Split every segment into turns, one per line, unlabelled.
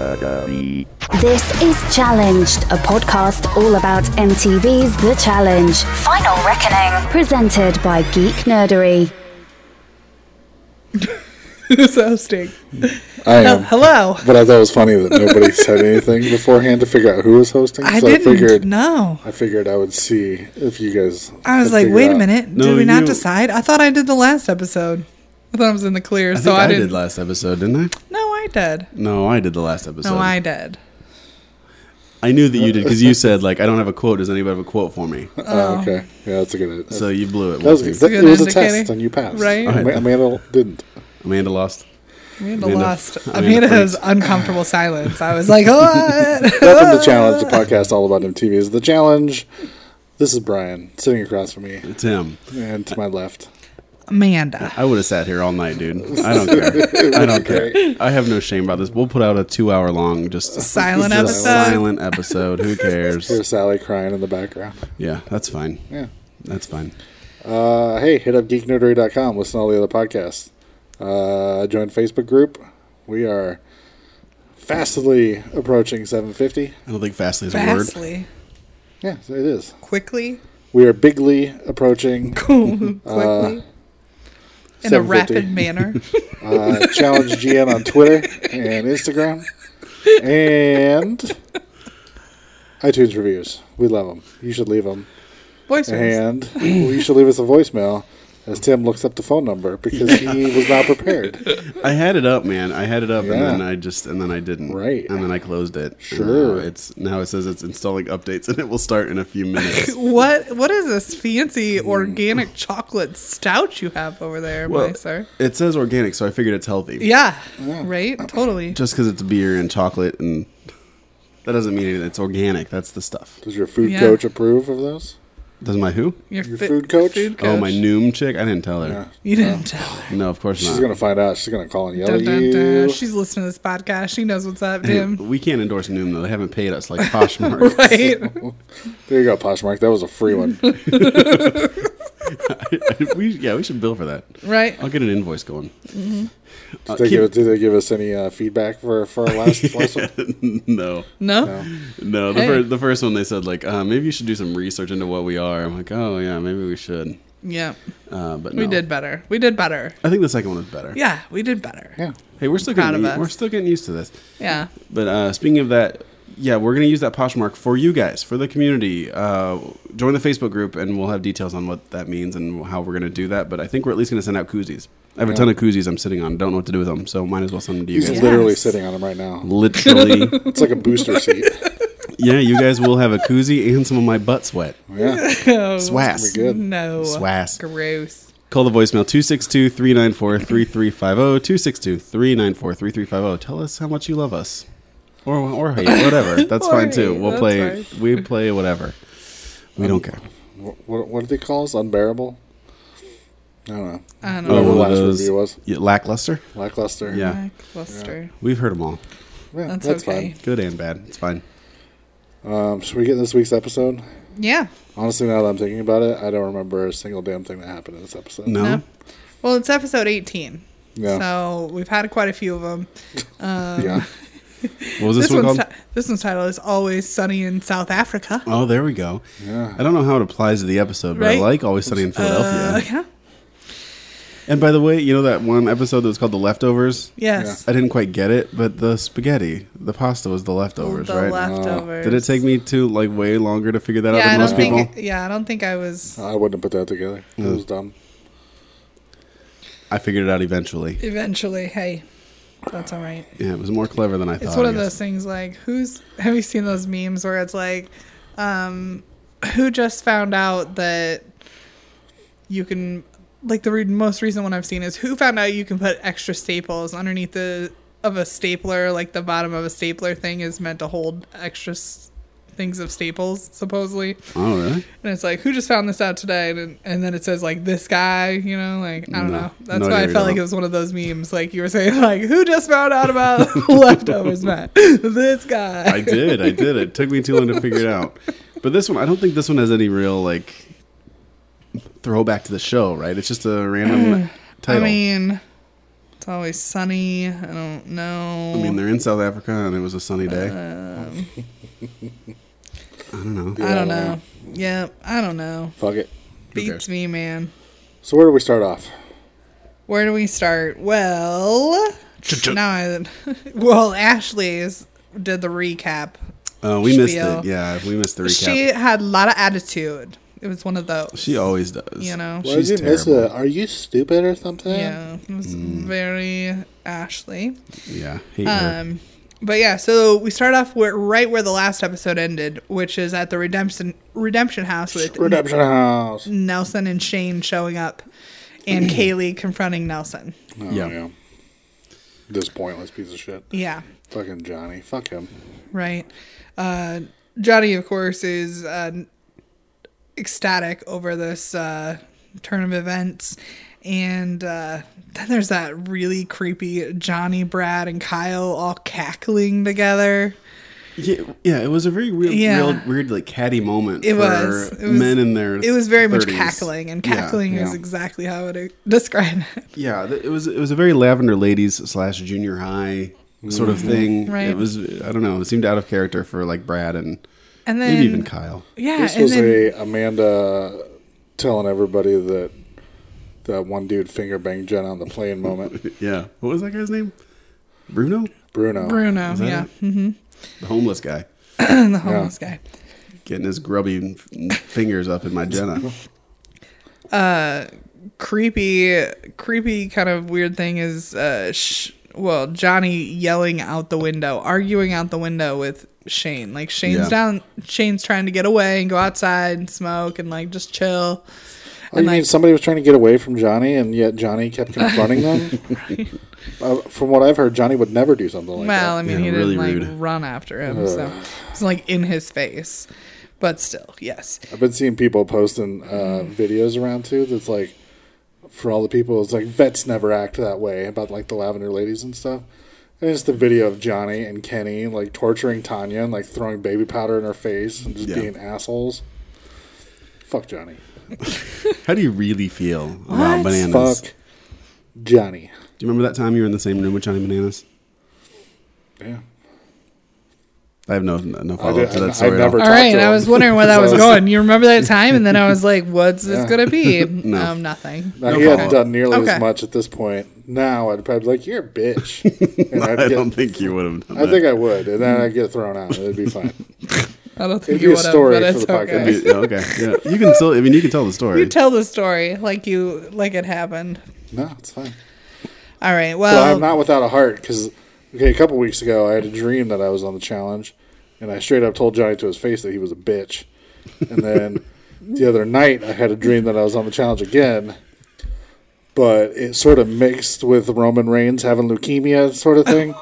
Academy.
This is Challenged, a podcast all about MTV's The Challenge,
Final Reckoning.
presented by Geek Nerdery.
Who's hosting?
I
Oh,
am.
hello.
But I thought it was funny that nobody said anything beforehand to figure out who was hosting.
I
so
didn't
I figured
know.
I figured I would see if you guys.
I was
had
like,
figured
wait a
out.
minute.
No,
did we not
you-
decide? I thought I did the last episode. I thought I was in the clear,
I
so
think
I,
I,
didn't.
did last episode, didn't I?
no, I did.
No, I did the last episode.
No, I did.
I knew that you did because you said like I don't have a quote. Does anybody have a quote for me?
Oh, okay. Yeah, that's a good.
So you blew it.
that was,
Wolfie.
that,
good
it was a
indicator.
test, and you passed.
Right.
Ama- Amanda didn't.
Amanda lost.
Amanda
Amanda-
lost.
Amanda
Amanda's
freaks.
uncomfortable silence. I was like, what?
Welcome to Challenge, the podcast all about MTV. Is the challenge. This is Brian sitting across from me
It's him.
and to my left.
Amanda.
I would have sat here all night, dude. I don't care. I don't care. I have no shame about this. We'll put out a two-hour-long just
Silent
just
episode.
Silent episode. Who cares?
Here's Sally crying in the background.
Yeah, that's fine.
Yeah.
That's fine.
Uh, hey, hit up geeknerdery.com. Listen to all the other podcasts. Uh, join Facebook group. We are fastly approaching 750.
I don't think fastly is a word.
Fastly.
Yeah, it is.
Quickly.
We are bigly approaching
Quickly.
Uh,
in a
750.
rapid manner.
uh, Challenge GN on Twitter and Instagram. And iTunes reviews. We love them. You should leave them.
Voice rooms.
And you should leave us a voicemail as Tim looks up the phone number because he was not prepared.
I had it up, man. I had it up, and
Yeah.
then I just and then I didn't.
Right.
And then I closed it.
Sure.
Uh, it's now it says it's installing updates, and it will start in a few minutes.
uh,
What what is this fancy organic chocolate stout you have over there, my sir?
It says organic, so I figured it's healthy.
Yeah, right? Totally.
Just because it's beer and chocolate and that doesn't mean anything. It's organic. That's the stuff.
Does your food
Yeah.
coach approve of those?
Does my who?
Your food coach?
Oh, my noom chick. I didn't tell her.
You didn't tell her.
No, of course
She's
not.
gonna find out. She's gonna call and yell
Dun,
at
dun,
you.
dun. She's listening to this podcast. She knows what's up,
Hey,
Tim.
we can't endorse Noom though. They haven't paid us like Poshmark.
Right?
There you go, Poshmark. That was a free one.
we, yeah, we should bill for that.
Right?
I'll get an invoice going. Uh,
Did they,
keep-
give, did they give us any uh, feedback for for our last lesson?
no,
No?
no. The,
Hey.
fir- the first one they said like uh, maybe you should do some research into what we are. I'm like, oh yeah, maybe we should.
Yeah.
Uh, but
We
no.
did better. We did better.
I think the second one was better.
Yeah, we did better.
Yeah.
Hey, we're still
Proud
getting,
of us.
we're still getting used to this.
Yeah.
But uh, speaking of that, yeah, we're gonna use that Poshmark for you guys, for the community. Uh, join the Facebook group, and we'll have details on what that means and how we're gonna do that. But I think we're at least gonna send out koozies. I have a ton of koozies I'm sitting on. Don't know what to do with them, so might as well send them to you
He's
guys.
literally sitting on him right now.
Literally,
It's like a booster seat.
yeah, you guys will have a koozie and some of my butt sweat.
Yeah,
No.
Swass.
good.
No.
Swass.
Gross.
Call the voicemail 262 394 3350. 262 394 3350. oh. Tell us how much you love us. Or, or hate, whatever. That's
Or
fine too.
hate,
We'll
that's Um,
play, we play whatever. We don't care.
Wh- What, what did they call us? Unbearable. I don't know.
I don't
Oh,
know.
Whatever
one of
last
those-
review was.
Yeah, lackluster?
Lackluster.
Yeah.
Black Cluster.
We've heard them all.
Yeah,
That's
that's,
okay.
Good and bad. It's fine.
fine. Um, should we get in this week's episode?
Yeah.
Honestly, now that I'm thinking about it, I don't remember a single damn thing that happened in this episode.
No?
No. Well, it's episode 18.
Yeah.
So we've had quite a few of them.
yeah.
What was this,
This,
one
one's
called?
ti- this one's title is Always Sunny in South Africa.
oh, there we go.
Yeah.
I don't know how it applies to the episode, but
Right?
I like Always Sunny in
Uh,
Philadelphia.
yeah.
And by the way, you know that one episode that was called The Leftovers?
Yes.
I didn't quite get it, but the spaghetti, the pasta was the leftovers,
the
right?
leftovers.
Did it take me to like way longer to figure that out
Yeah, I
than
don't
most people?
think. Yeah, I don't think I was.
I wouldn't have put that together. It was dumb.
I figured it out eventually.
Eventually, hey, that's all right.
Yeah, it was more clever than I thought.
It's one
I
of
guess.
those things like who's have you seen those memes where it's like, um, who just found out that you can like the re- most recent one I've seen is who found out you can put extra staples underneath the of a stapler like the bottom of a stapler thing is meant to hold extra s- things of staples supposedly
Oh, really?
And it's like, who just found this out today? And, and then it says, like, this guy, you know, like, I don't
No.
know. That's
No
why I
idea
felt
what
like
you're
it was one of those memes. Like, you were saying, like, who just found out about leftovers, man? This guy.
I did. I did. It took me too long to figure it out. But this one, I don't think this one has any real like throwback to the show, right? It's just a random
I
title.
mean, It's always sunny. I don't know.
I mean, they're in South Africa and it was a sunny day.
Uh,
I don't know.
I don't know. Yeah, I don't know.
Fuck it. Who
Beats
cares?
me, man.
So where do we start off?
Where do we start? Well, now I, well, Ashley's did the recap.
Uh, we missed
Spiel.
it. Yeah, we missed the recap.
She
She,
had a lot of attitude. It was one of those.
always does.
You know.
Why did
she's
you miss
terrible.
it? Are you stupid or something?
yeah, it was very Ashley.
Yeah, hate her.
Um, but yeah, so we start off where, right where the last episode ended, which is at the redemption redemption house with
Redemption House.
Nelson and Shane showing up, and Kaylee confronting Nelson.
Oh,
Yeah.
This pointless piece of shit.
Yeah,
Fucking Johnny. Fuck him.
right. Uh, Johnny, of course, is uh, ecstatic over this uh, turn of events. And uh, then there's that really creepy Johnny, Brad, and Kyle all cackling together.
Yeah, yeah, it was a very weird,
Yeah.
real, weird, like catty moment
It
for
was. It was-
men in their.
It was very much
30s.
cackling, and
Yeah,
cackling
yeah.
is exactly how it described it.
Yeah, th- it was. It was a very lavender ladies slash junior high sort
Mm-hmm.
of thing.
Right.
It was. I don't know. It seemed out of character for like Brad and
And then,
maybe even Kyle.
yeah,
This
and
was
then
a Amanda telling everybody that that one dude finger banged Jen on the plane moment.
Yeah. What was that guy's name? Bruno,
Bruno.
Bruno,
Is that
yeah, Mm-hmm.
it? the homeless guy,
the homeless guy.
getting his grubby f- fingers up in my Jenna.
creepy creepy kind of weird thing is uh sh- well johnny yelling out the window arguing out the window with shane like shane's
Yeah.
down shane's trying to get away and go outside and smoke and like just chill
Oh, you mean somebody was trying to get away from Johnny, and yet Johnny kept confronting them? uh, from what I've heard, Johnny would never do something like
well i mean
Yeah,
he
really
didn't like
rude.
run after him so it's like in his face but still yes
that. I've been seeing people posting uh,
Mm-hmm.
videos around too. That's like, for all the people, it's like vets never act that way about like the lavender ladies and stuff. And it's the video of Johnny and Kenny like torturing Tanya and like throwing baby powder in her face and just
Yeah.
being assholes. Fuck Johnny.
How do you really feel
What?
about bananas?
Fuck Johnny.
Do you remember that time you were in the same room with Johnny Bananas?
Yeah.
I have no no follow up to
I-
that story.
I
at all.
never-
all
Talk
right
to
i
him.
was wondering where that was going you remember that time and then i was like what's this
Yeah.
gonna be
No.
um nothing
Now,
No
he hadn't
follow-up.
done nearly
Okay.
as much at this point. Now I'd probably be like, "You're a bitch," and I'd
I
get,
don't think you would have done
I
that. Mm-hmm.
think I would, and then I'd get thrown out. It'd be fine.
i don't
It'd
think
be
you
a
would have
story
but
for
it's
the
okay
podcast.
Be- okay. Yeah. You can still. I mean, you can tell the story.
You tell the story like you like it happened.
No, it's fine.
All right.
But
Well,
I'm not without a heart because okay, a couple weeks ago I had a dream that I was on the challenge, and I straight up told Johnny to his face that he was a bitch. And then the other night I had a dream that I was on the challenge again, but it sort of mixed with Roman Reigns having leukemia sort of thing.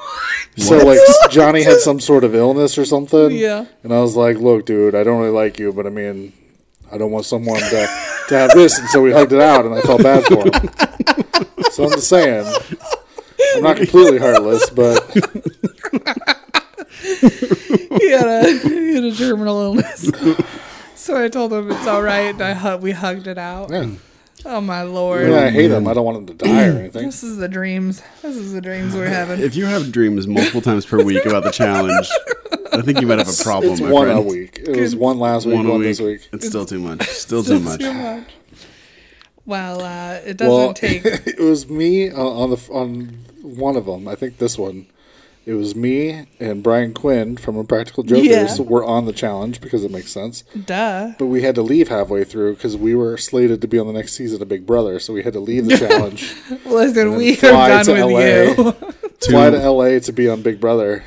so like Johnny had some sort of illness or something.
Yeah.
And I was like, "Look, dude, I don't really like you, but I mean, I don't want someone to." To have this, and so we hugged it out, and I felt bad for him. So I'm just saying, I'm not completely heartless, but
he, had a, he had a terminal illness, so I told him it's all right. And I hu- we hugged it out.
yeah,
Oh my
I,
lord,
mean, I hate him. I don't want him to die or anything.
this is the dreams. This is the dreams we're having.
if you have dreams multiple times per week about the challenge, I think you might have a problem.
It's
my
one
friend.
a week. It was one last week,
One
one,
a week.
this week.
It's still too much. Still too much.
Too much. Well, uh, it doesn't
Well,
take.
it was me uh, on the on one of them. I think this one. It was me and Brian Quinn from Impractical Jokers
Yeah.
were on the challenge because it makes sense.
Duh.
But we had to leave halfway through because we were slated to be on the next season of Big Brother, so we had to leave the challenge,
Listen,
then
we
fly
are
to
done with
LA.
you.
fly to LA to be on Big Brother.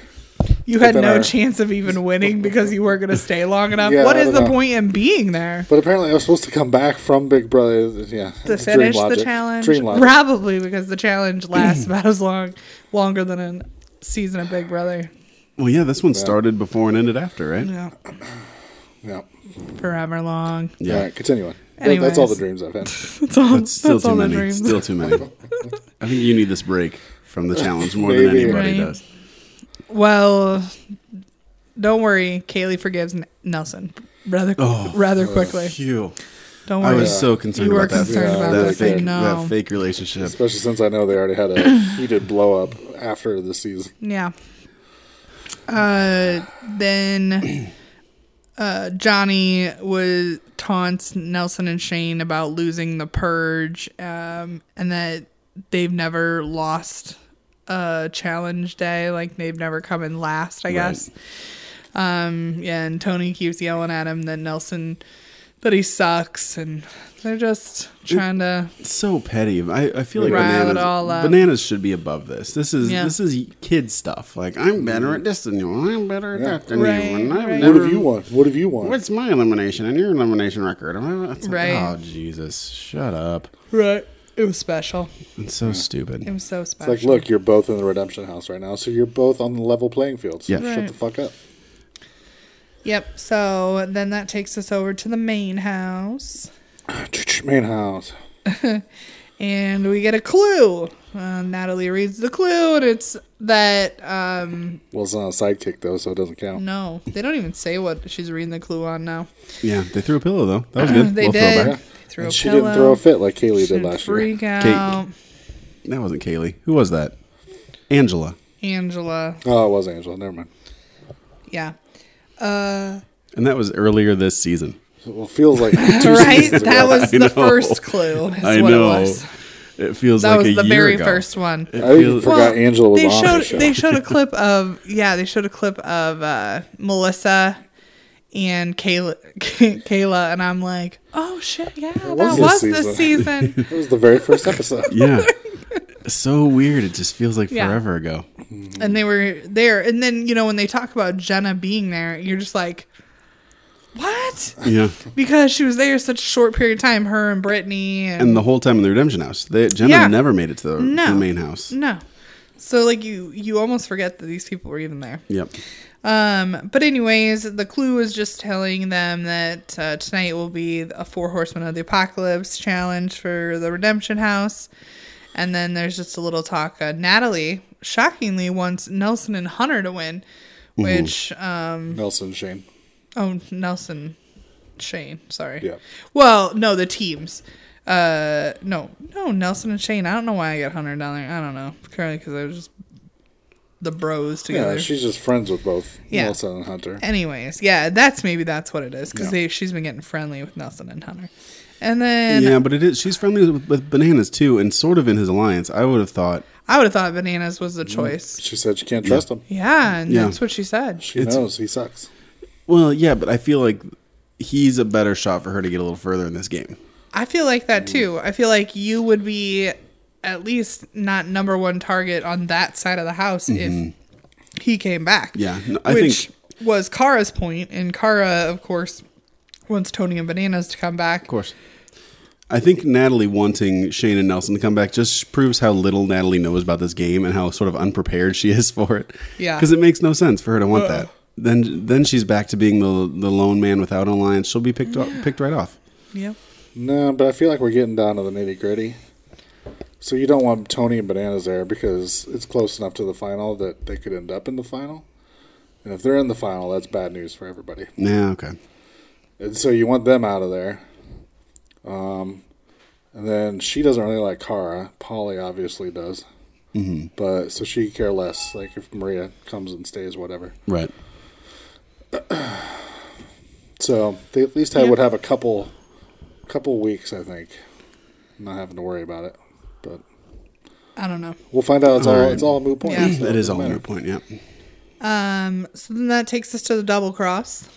You had
But then
no
our-
chance of even winning because you weren't going to stay long enough.
Yeah,
what
I
is
don't
the
know.
point in being there?
But apparently, I was supposed to come back from Big Brother. Yeah,
to
it's dream
finish the
logic.
challenge.
Dream logic.
Probably because the challenge lasts about as long, longer than a season of Big Brother.
Well, yeah, this one started before and ended after, right?
Yeah,
yeah.
forever long.
All right, continue on. That- That's all the dreams I've had.
That's all.
That's still too
all the
many.
dreams.
Still too many. I think you need this break from the challenge more than
Maybe.
anybody
Right.
does.
well,
Oh.
don't worry. Kaylee forgives N- Nelson rather rather quickly.
Phew.
Don't
I
worry.
was so concerned
You were
about that.
concerned
about
that,
that,
fake,
no.
that fake relationship.
Especially since I know they already had a heated blow up after the season.
Yeah. Uh, then uh, Johnny was taunts Nelson and Shane about losing the purge, um, and that they've never lost a challenge day, like they've never come in last, I guess. Um, yeah, and Tony keeps yelling at him that Nelson that he sucks, and they're just trying to.
It's so petty. I, I feel like
Rile it
bananas,
all up.
bananas should be above this. This is
Yeah.
this is kid stuff. Like I'm better at this than you. I'm better at
Yeah.
that than
Right,
you. And I've
right.
What
never-
have you won? What have you won?
What's my elimination and your elimination record? I'm, it's like,
Right.
oh Jesus, shut up.
Right. It was special.
It's so
It
stupid.
was so special.
It's like, look, you're both in the redemption house right now, so you're both on the level playing field. So
Yeah.
shut
Right.
the fuck up.
Yep. So then that takes us over to the main house,
Main house.
and we get a clue. Uh, Natalie reads the clue, and it's that um,
Well, it's not a sidekick though, so it doesn't count.
no, they don't even say what she's reading the clue on now.
Yeah, they threw a pillow though. That was good.
they
Little
did.
throwback.
They threw
And
a
she
pillow.
didn't throw a fit like Kaylee
She
did
didn't
last year.
freak out.
That wasn't Kaylee. Who was that? Angela.
Angela.
Oh, it was Angela. Never mind.
Yeah. Uh,
And that was earlier this season.
Well, it feels like two
right.
seasons ago.
That was
I
the
know.
first clue. Is
I
what
know.
It was.
It feels
That
like a
was the
year
very
ago.
first one.
I even
feels-
forgot Angela was
they
on
showed,
that show.
They showed a clip of yeah, they showed a clip of uh, Melissa and Kayla, Kayla, and I'm like, oh shit, yeah, that
was
was,
this
this season.
That was the very first episode.
yeah. So weird. It just feels like
Yeah.
forever ago.
and they were there, and then you know when they talk about Jenna being there, you're just like, what?
Yeah.
Because she was there such a short period of time, her and Brittany, and,
And the whole time in the Redemption House, they, Jenna
Yeah.
never made it to the,
No.
the main house.
no, so like you you almost forget that these people were even there.
Yep.
Um, but anyways, the clue is just telling them that uh, tonight will be a Four Horsemen of the Apocalypse challenge for the Redemption House, and then there's just a little talk. Uh, Natalie shockingly wants Nelson and Hunter to win,
Mm-hmm.
which um,
Nelson Shane.
oh Nelson, Shane, sorry.
Yeah.
Well, no, the teams. Uh, no, no Nelson and Shane. I don't know why I got Hunter down there. I don't know, currently because I was just the bros
Yeah,
together.
she's just friends with both
Yeah.
Nelson and Hunter.
Anyways, yeah, that's maybe that's what it is because
Yeah.
they she's been getting friendly with Nelson and Hunter, and then
Yeah, but it is. She's friendly with, with bananas too, and sort of in his alliance. I would have thought
I would have thought bananas was the choice.
She said she can't trust him.
Yeah, and
Yeah.
that's what she said.
She
It's-
knows he sucks.
Well, yeah, but I feel like he's a better shot for her to get a little further in this game.
I feel like that too. I feel like you would be at least not number one target on that side of the house if he came back.
Mm-hmm. Yeah, no, I
which
think-
was Kara's point, and Kara, of course, wants Tony and bananas to come back.
Of course. I think Natalie wanting Shane and Nelson to come back just proves how little Natalie knows about this game and how sort of unprepared she is for it.
Yeah.
Because it makes no sense for her to want that. Then then she's back to being the the lone man without an alliance. She'll be picked up, picked right off.
Yep.
No, but I feel like we're getting down to the nitty gritty. So you don't want Tony and Bananas there because it's close enough to the final that they could end up in the final. And if they're in the final, that's bad news for everybody.
Yeah, okay.
And so you want them out of there. Um, and then she doesn't really like Kara. Polly obviously does. Mm-hmm. But so she could care less. Like if Maria comes and stays, whatever.
Right.
So they at least had
Yeah.
would have a couple, couple weeks, I think, not having to worry about it. But
I don't know.
We'll find out. It's all,
All right.
it's all a moot point.
Yeah.
so
that
it
is
doesn't
all
matter.
your point, yeah.
Um, so then that takes us to the double cross.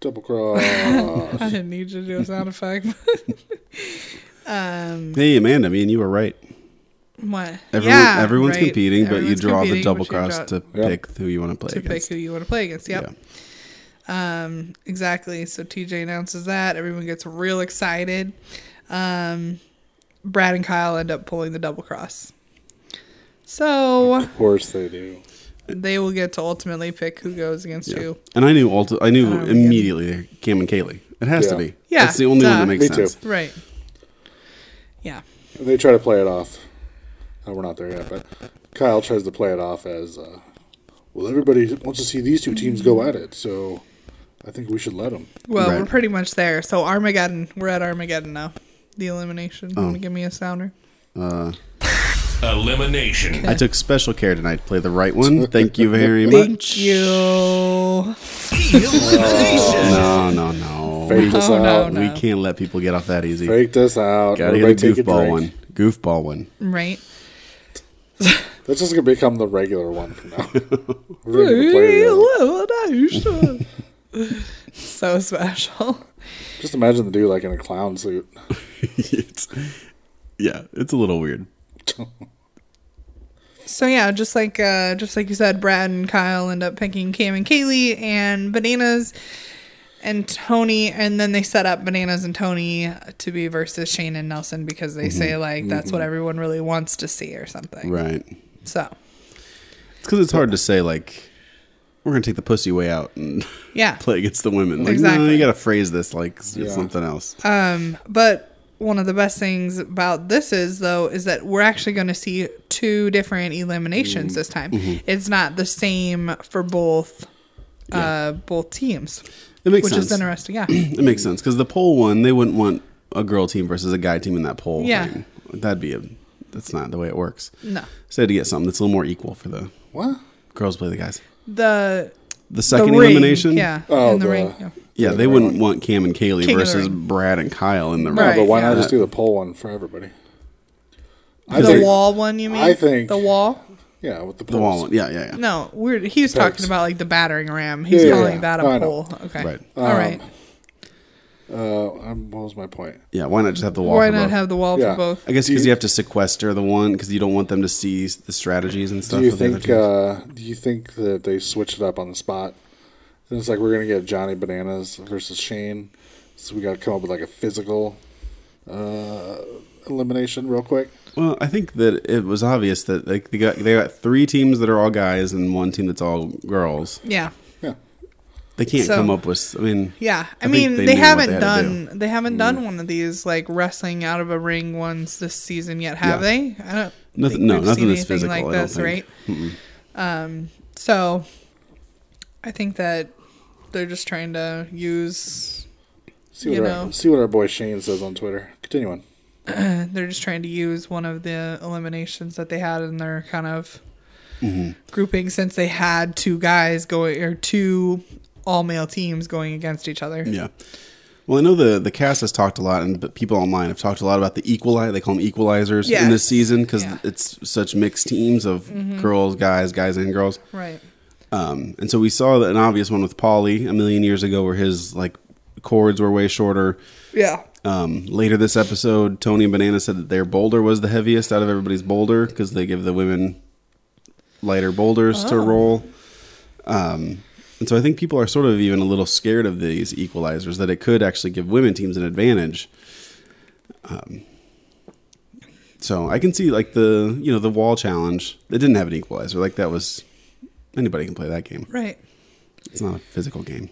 Double cross.
I didn't need you to do a sound effect.
Hey Amanda, me and you were right.
what?
Everyone,
Yeah,
everyone's
right.
competing, but you
Everyone's
draw the
competing, but
double
you
cross
draw-
to
Yeah.
pick who you want to play
to pick
against.
who you want to play against. Yep. Um, exactly. So TJ announces that everyone gets real excited. Um, Brad and Kyle end up pulling the double cross. So
of course they do.
they will get to ultimately pick who goes against
Yeah.
who.
And I knew ulti- I knew
Oh, yeah.
immediately Cam and Kaylee. It has to
Yeah.
be.
Yeah,
That's the only one
duh.
that makes
Me too.
sense.
Right. Yeah.
They try to play it off. Uh, we're not there yet, but Kyle tries to play it off as, uh, well, everybody wants to see these two teams go at it, so I think we should let them.
Well,
Right.
we're pretty much there. So Armageddon, we're at Armageddon now. The elimination.
Oh.
Wanna Give me a sounder.
Elimination.
I took special care tonight. Play the right one. Thank you very much.
Thank you.
Elimination.
No, Oh, no, no.
Fake
We,
this
Oh, no,
out.
no.
uh, we can't let people get off that easy.
Fake this out.
Gotta get a
Everybody take a
goofball
drink.
one. Goofball one.
Right.
That's just gonna become the regular one from now. We're gonna play it out.
so special.
just imagine the dude like in a clown suit.
it's, yeah, it's a little weird.
So yeah, just like uh, just like you said, Brad and Kyle end up picking Cam and Kaylee and bananas and Tony, and then they set up bananas and Tony to be versus Shane and Nelson because they say like that's what everyone really wants to see or something.
Right.
So
It's because it's hard to say, like, we're going to take the pussy way out and
yeah,
play against the women. Like, no,
Exactly. Uh,
you got to phrase this like it's
Yeah.
something else.
but one of the best things about this is though is that we're actually going to see two different eliminations
Mm-hmm.
this time. It's not the same for both uh both teams,
it makes
which
sense.
is interesting. Yeah.
It makes sense because the poll one, they wouldn't want a girl team versus a guy team in that poll.
Yeah.
thing. That'd be a. That's not the way it works.
No.
So they had to get something that's a little more equal for the
What?
girls play the guys.
The
The second
ring,
elimination?
Yeah.
Oh,
in the,
the-
ring. yeah.
Yeah, they wouldn't want Cam and
King
Kaylee
of the
versus
ring.
Brad and Kyle in the ring.
Right,
but why
yeah.
not just do the poll one for everybody? I
The
think-
wall one, you mean?
I think-
the wall.
Yeah, with the polls.
The wall one. Yeah, yeah, yeah.
No, we're he was talking
Pegs.
about like the battering ram. He's
Yeah, yeah,
calling
yeah.
that
No, I
a
know. Um,
pole. Okay,
Right.
all right.
Uh, um, what was my point?
Yeah, why not just have the wall?
Why
for
not
both?
have the wall
Yeah.
for both?
I guess because you have to sequester the one because you don't want them to see the strategies and stuff.
Do you
of the other
think?
teams.
Uh, do you think that they switched it up on the spot? And it's like we're gonna get Johnny Bananas versus Shane, so we gotta come up with like a physical uh, elimination real quick.
well, I think that it was obvious that like they got they got three teams that are all guys and one team that's all girls.
Yeah.
Yeah,
They can't
So-
come up with. I mean,
Yeah, I,
think
mean they,
knew what
haven't
had to
done
do. Mm.
they haven't done one of these like wrestling out of a ring ones this season yet, have
Yeah.
they? I don't
Nothing-
think
no,
we've
nothing
seen
that's
anything
physical, I
like
don't
this,
think.
right? Um, so I think that they're just trying to use
see what
You
our,
know.
see what our boy Shane says on Twitter. Continue on.
they're just trying to use one of the eliminations that they had in their kind of
Mm-hmm.
grouping since they had two guys going or two all male teams going against each other.
Yeah. Well, I know the the cast has talked a lot, and the people online have talked a lot about the equalize. They call them equalizers in
Yes.
this season because
Yeah. Mm-hmm.
it's such mixed teams of girls, guys, guys, and girls.
Right.
Um, and so we saw an obvious one with Polly a million years ago, where his like chords were way shorter.
Yeah.
Um, later this episode, Tony and Banana said that their boulder was the heaviest out of everybody's boulder because they give the women lighter boulders to roll. Um, and so I think people are sort of even a little scared of these equalizers that it could actually give women teams an advantage. Um, so I can see like the you know the wall challenge. They didn't have an equalizer like that was anybody can play that game.
Right.
It's not a physical game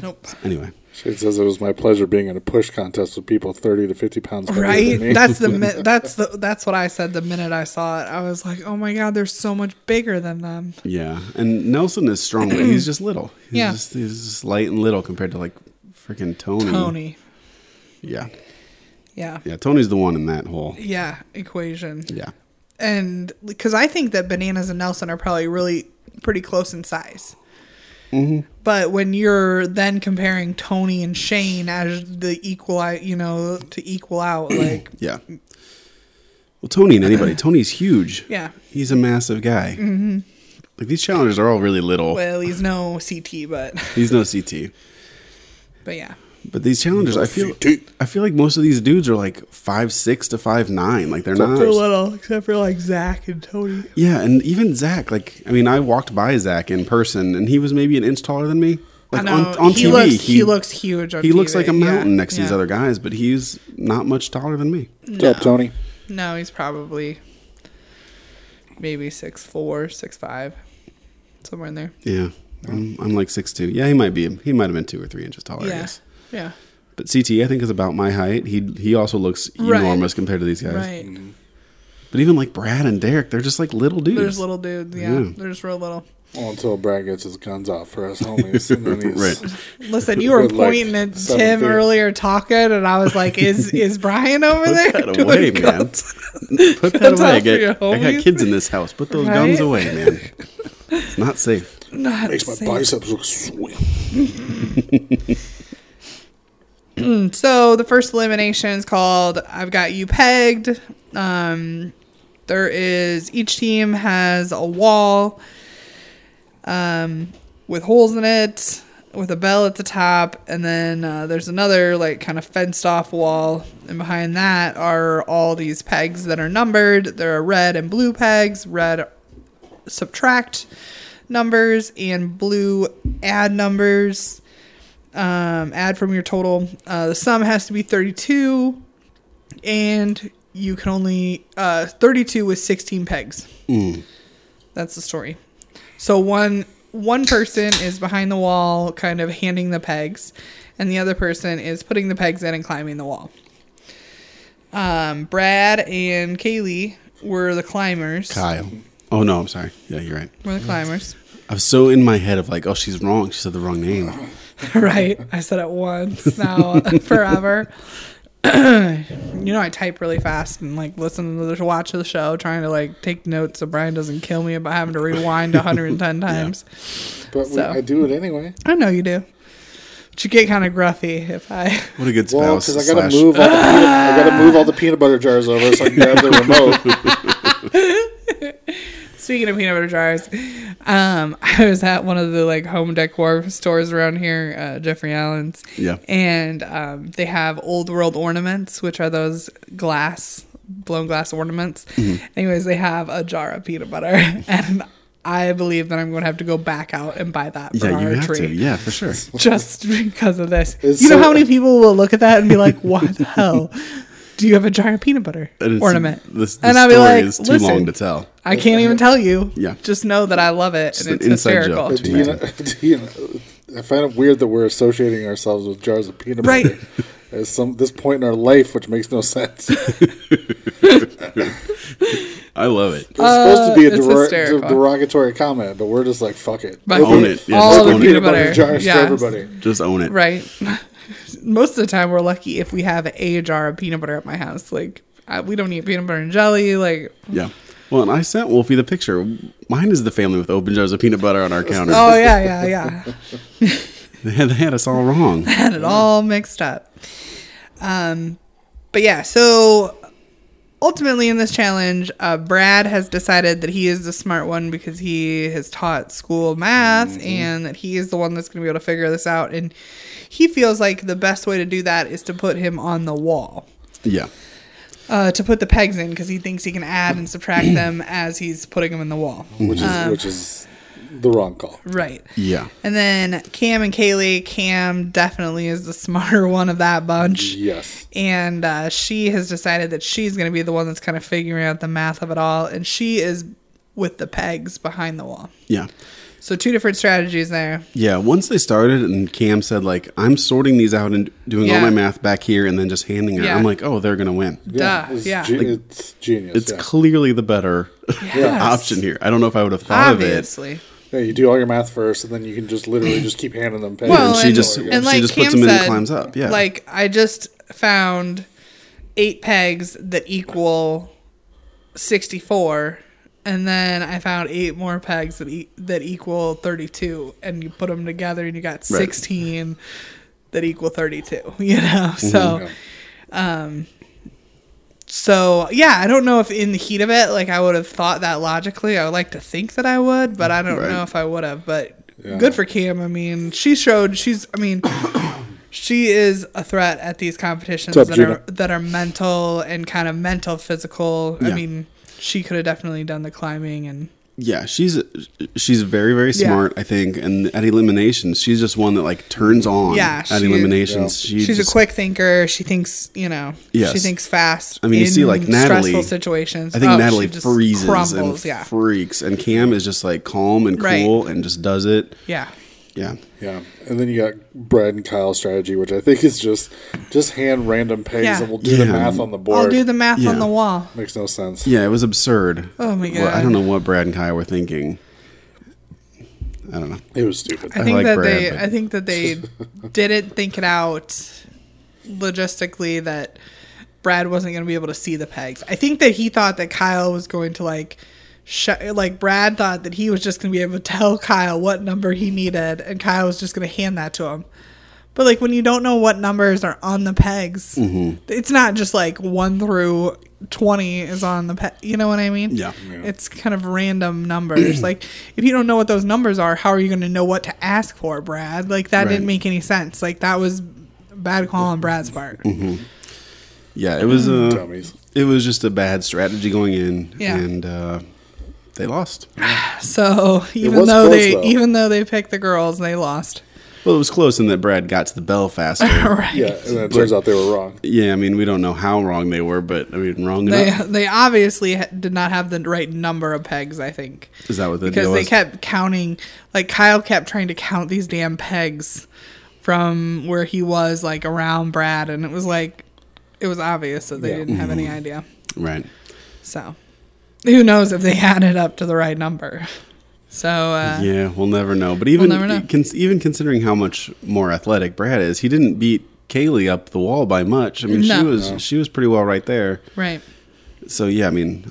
Nope.
anyway.
Shane says it was my pleasure being in a push contest with people thirty to fifty pounds. heavier
Right?
than me."
That's the mi- that's the that's what I said the minute I saw it. I was like, "Oh my god, they're so much bigger than them."
Yeah, and Nelson is strong, but he's just little. He's
Yeah.
just, he's just light and little compared to like freaking Tony.
Tony.
Yeah,
Yeah. Yeah,
Hmm. yeah. Tony's the one in that hole.
equation.
Yeah,
And cuz I think that bananas and Nelson are probably really pretty close in size. But when you're then comparing Tony and Shane as the equal, out- you know, to equal out, like,
yeah. Well, Tony and anybody. Tony's huge.
Yeah.
he's a massive guy. Mm-hmm. Like these challengers are all really little.
well, he's no CT, but,
He's no CT.
but yeah,
But these challengers, I feel, I feel like most of these dudes are like five six to five nine. Like they're not.
for little, except for like Zach and Tony.
Yeah, and even Zach, like I mean, I walked by Zach in person, and he was maybe an inch taller than me. Like
I know. He looks- he looks huge on
he looks
TV,
like a
yeah,
mountain next to these
yeah.
other guys, but he's not much taller than me.
What's up, Tony?
No, he's probably maybe six four, six five, somewhere in there.
Yeah, I'm, I'm like six two. Yeah, he might be. He might have been two or three inches taller. I
yeah,
guess.
yeah,
E, But CT, I think, is about my height. He he also looks
Right.
Mm-hmm.
enormous compared to these guys.
right.
But even like Brad and Derek, they're just like little dudes.
They're just little dudes. Yeah,
Yeah.
they're just real little.
Well, until Brad gets his guns out for us homies. And then he's,
Right.
Listen, you were
With, like,
pointing at
seven
Tim
feet.
earlier talking, and I was like, "Is is Brian over there?"
Put that
doing
away, man.
guns?
Put that
That's
away. I
all for your
got, I got
homies.
kids in this house. Put those
Right?
guns away, man. It's not safe.
Not
Makes my
safe.
biceps look sweet.
So the first elimination is called "I've Got You Pegged." Um, there is each team has a wall, um, with holes in it, with a bell at the top, and then uh, there's another like kind of fenced off wall, and behind that are all these pegs that are numbered. There are red and blue pegs. Red subtract numbers and blue add numbers um, add from your total. Uh, the sum has to be 32, and you can only uh, 32 with 16 pegs. That's the story. So one one person is behind the wall, kind of handing the pegs, and the other person is putting the pegs in and climbing the wall. Um, Brad and Kaylee were the climbers.
Kyle. Oh no, I'm sorry. Yeah, you're right.
Were the climbers,
I was so in my head of like, oh, she's wrong. She said the wrong name.
right? I said it once now, forever. you know I type really fast and like listen to the watch of the show, trying to like take notes so Brian doesn't kill me about having to rewind 110 times.
But we,
So.
I do it anyway.
I know you do. But you get kind of gruffy if I.
What a good
Well,
spouse.
because I gotta
slash-
move all the peanut, I gotta move all the peanut butter jars over so I can grab the remote.
Speaking of peanut butter jars, um, I was at one of the like home decor stores around here, uh, Jeffrey Allen's.
Yeah.
And um, they have old world ornaments, which are those glass, blown glass ornaments.
Mm-hmm.
Anyways, they have a jar of peanut butter, and I believe that I'm going to have to go back out and buy that for
Yeah,
our
you have
tree.
to. Yeah, for sure.
just because of this.
It's
you know
so-
how many people will look at that and be like, "What the hell? Do you have a giant peanut butter
And it's-
ornament?"
This, this
and I'll be
story
like,
is too
"Listen,
long to tell.
I can't even tell you.
Yeah.
just know that I love it
Just
and
an
it's
inside joke
hysterical."
between-
Do you, know, do you know, I find it weird that we're associating ourselves with jars of peanut
Right.
butter at some this point in our life, which makes no sense. It's
I love it.
supposed to be a
Uh, it's
derog-
hysterical.
derogatory comment, but we're just like fuck it.
But
Own it. Yeah,
all
just
of the
own it.
peanut butter,
jars
Yes.
for everybody.
Just own it.
Right. Most of the time, we're lucky if we have a jar of peanut butter at my house. Like, I, we don't eat peanut butter and jelly. Like,
Yeah. Well, and I sent Wolfie the picture. Mine is the family with open jars of peanut butter on our counter.
oh yeah, yeah, yeah.
They had, they had us all wrong.
had it all mixed up. Um, but yeah, so ultimately in this challenge, uh, Brad has decided that he is the smart one because he has taught school math and that he is the one that's going to be able to figure this out. And he feels like the best way to do that is to put him on the wall.
Yeah.
Uh, to put the pegs in because he thinks he can add and subtract them as he's putting them in the wall.
Which is
Um,
which is the wrong call.
Right.
Yeah.
And then Cam and Kaylee. Cam definitely is the smarter one of that bunch.
Yes.
and uh, she has decided that she's going to be the one that's kind of figuring out the math of it all and she is with the pegs behind the wall
Yeah.
so two different strategies there
Yeah. Once they started and Cam said, like, I'm sorting these out and doing all
Yeah.
my math back here and then just handing her,
Yeah.
I'm like, oh, they're going to win.
duh
It's,
yeah
ge- it's genius.
It's
yeah.
clearly the better
Yes.
option here. I don't know if I would have thought of it.
obviously
Yeah, you do all your math first, and then you can just literally just keep handing them. Pens
Well,
and she
and-
just,
and
she
like
just
Cam
puts them in and
said,
climbs up. Yeah.
like i just found eight pegs that equal 64 and then i found eight more pegs that e- that equal 32 and you put them together and you got 16 that equal 32 you know so
Mm-hmm.
So yeah, I don't know if in the heat of it, like I would have thought that logically. I would like to think that I would, but I don't
Right.
know if I would have. But
Yeah.
good for Cam. I mean, she showed she's. I mean, she is a threat at these competitions
What's up,
that
Gina?
are that are mental and kind of mental physical. I
Yeah.
mean, she could have definitely done the climbing and
Yeah, she's she's very very
Yeah.
smart, I think. And at eliminations, she's just one that like turns on.
Yeah,
at
she-
eliminations, she
she's
just-
a quick thinker. She thinks, you know, she
Yes.
thinks fast.
I mean, you see, like, Natalie-
stressful situations.
I think
Oh, she
Natalie
just
freezes
crumbles.
and
yeah,
freaks, and Cam is just like calm and
Right.
cool and just does it.
yeah.
Yeah.
Yeah, and then you got Brad and Kyle's strategy, which I think is just just hand random pegs,
Yeah.
and we'll do the
Yeah.
math on the board.
I'll do the math
Yeah.
on the wall.
Makes no sense.
Yeah, it was absurd.
Oh my
Well, I
God.
don't know what Brad and Kyle were thinking. I don't know.
It was stupid.
I think
like
that
Brad,
they
but-
I think that they didn't think it out logistically that Brad wasn't going to be able to see the pegs. I think that he thought that Kyle was going to like sh- like Brad thought that he was just going to be able to tell Kyle what number he needed and Kyle was just going to hand that to him. But like when you don't know what numbers are on the pegs, it's not just like 1 through 20 is on the peg. You know what I mean?
Yeah. Yeah.
It's kind of random numbers. like if you don't know what those numbers are, how are you going to know what to ask for, Brad? Like that
Right.
didn't make any sense. Like that was bad call on Brad's part.
Mm-hmm.
Yeah, it was uh,
Dummies.
It was just a bad strategy going in,
Yeah.
and uh, they lost.
So even
was
though
close,
they
though.
even though they picked the girls, they lost.
Well, it was close in that Brad got to the bell faster.
Right.
Yeah, and then it turns out they were wrong.
Yeah, I mean, we don't know how wrong they were, but I mean, wrong
They
enough.
they obviously ha- did not have the right number of pegs. I think
Is that what the
because
deal
they
was?
kept counting. Like Kyle kept trying to count these damn pegs from where he was, like around Brad, and it was like it was obvious that they
Yeah. Mm-hmm.
didn't have any idea.
Right.
So who knows if they added up to the right number? So uh,
Yeah, we'll never know. But even
never know.
cons- even considering how much more athletic Brad is, he didn't beat Kaylee up the wall by much. I mean, she
No.
was she was pretty well right there.
right.
So yeah, I mean,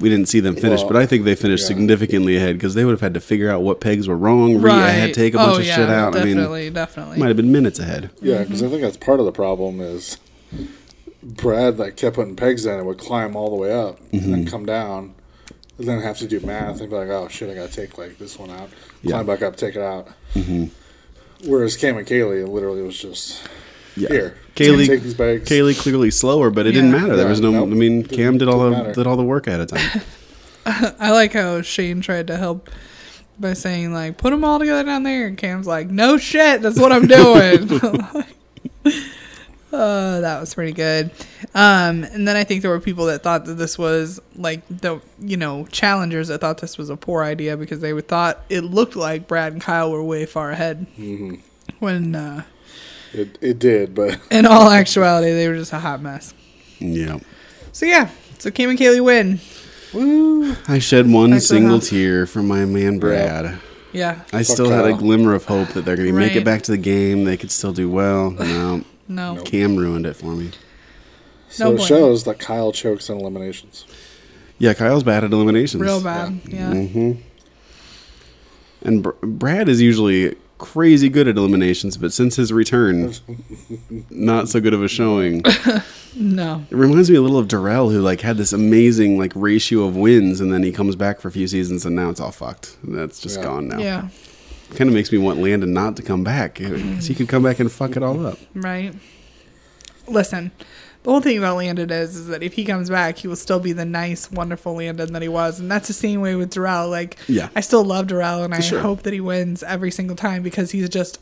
we didn't see them finish,
Well,
but I think they finished
yeah.
significantly ahead because they would have had to figure out what pegs were wrong, re
Right.
ahead, take a
Oh,
bunch of
yeah,
shit out.
Definitely,
I mean,
definitely.
might have been minutes ahead.
Yeah, because I think that's part of the problem is Brad that kept putting pegs in it would climb all the way up and
Mm-hmm.
then come down, and then have to do math and be like, oh shit, I gotta take like this one out,
Yeah. Mm-hmm.
climb back up, take it out. Whereas Cam and Kaylee literally was just
Yeah.
here.
Kaylee,
take these bags.
Kaylee clearly slower, but it didn't
Yeah.
matter. There
Yeah,
was no.
nope.
I mean, Cam did all
Didn't
the
matter.
did all the work ahead of time.
I like how Shane tried to help by saying like, "Put them all together down there," and Cam's like, "No shit, that's what I'm doing." Oh, that was pretty good. Um, and then I think there were people that thought that this was like the you know challengers that thought this was a poor idea because they would thought it looked like Brad and Kyle were way far ahead
Mm-hmm.
when uh,
It, it did, but
in all actuality they were just a hot mess.
yeah.
So yeah, so Cam and Kaylee win.
I shed one
Back to the
single
house.
tear for my man Brad.
Yeah,
I still had a
Kyle.
glimmer of hope that they're going to make it
Right.
back to the game. They could still do well. No,
no,
Cam ruined it for me.
so it
bueno.
shows that Kyle chokes in eliminations.
Yeah, Kyle's bad at eliminations.
real bad. Yeah.
Mm-hmm. And Br- Brad is usually crazy good at eliminations, but since his return, not so good of a showing. It
no.
reminds me a little of Darrell, who like had this amazing like ratio of wins, and then he comes back for a few seasons, and now it's all fucked. That's just
Yeah.
gone now.
Yeah.
Kind of makes me want Landon not to come back because he could come back and fuck it all up.
Right. Listen, the whole thing about Landon is, is that if he comes back, he will still be the nice, wonderful Landon that he was, and that's the same way with Darrell. Like,
Yeah.
I still love Darrell, and I
Sure.
hope that he wins every single time because he's just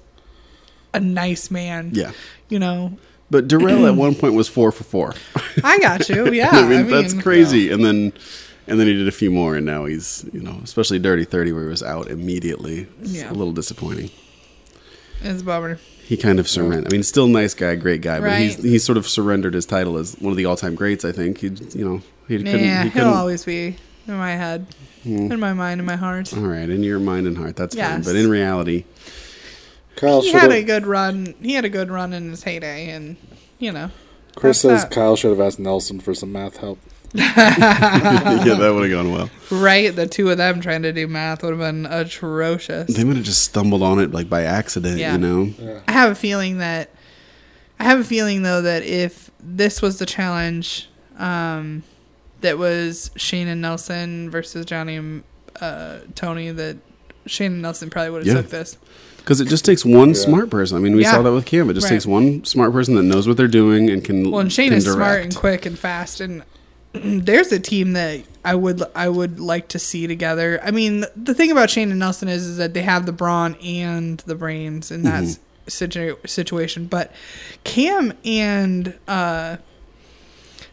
a nice man.
Yeah.
You know,
But Darrell at one point was four for four.
I got you. Yeah.
I, mean, that's crazy. And then and then he did a few more, and now he's you know, especially Dirty Thirty, where he was out immediately. It's
Yeah.
a little disappointing.
It's a bummer.
He kind of surrendered. I mean, still nice guy, great guy, but he's
Right.
he's sort of surrendered his title as one of the all time greats. I think he you know he couldn't.
Yeah,
he
he'll
couldn't Hmm.
always be in my head, in my mind, in my heart.
all right, in your mind and heart, that's fine.
Yes.
But in reality,
Kyle
He
should
had a
have.
good run. He had a good run in his heyday, and you know.
Chris
that's
says
that.
Kyle should have asked Nelson for some math help.
yeah, that would have gone well.
Right, the two of them trying to do math would have been atrocious.
They would have just stumbled on it like by accident,
Yeah.
you know.
I have a feeling that I have a feeling though that if this was the challenge um, that was Shane and Nelson versus Johnny and uh, Tony, that Shane and Nelson probably would have
Yeah.
took this.
Because it just takes one smart person. I mean, we
Yeah.
saw that with Cam. It just
Right.
takes one smart person that knows what they're doing and can.
Well, and Shane
can
is smart
direct.
and quick and fast, and there's a team that I would I would like to see together. I mean, the thing about Shane and Nelson is, is that they have the brawn and the brains in that s
Mm-hmm.
situ- situation, but Cam and uh,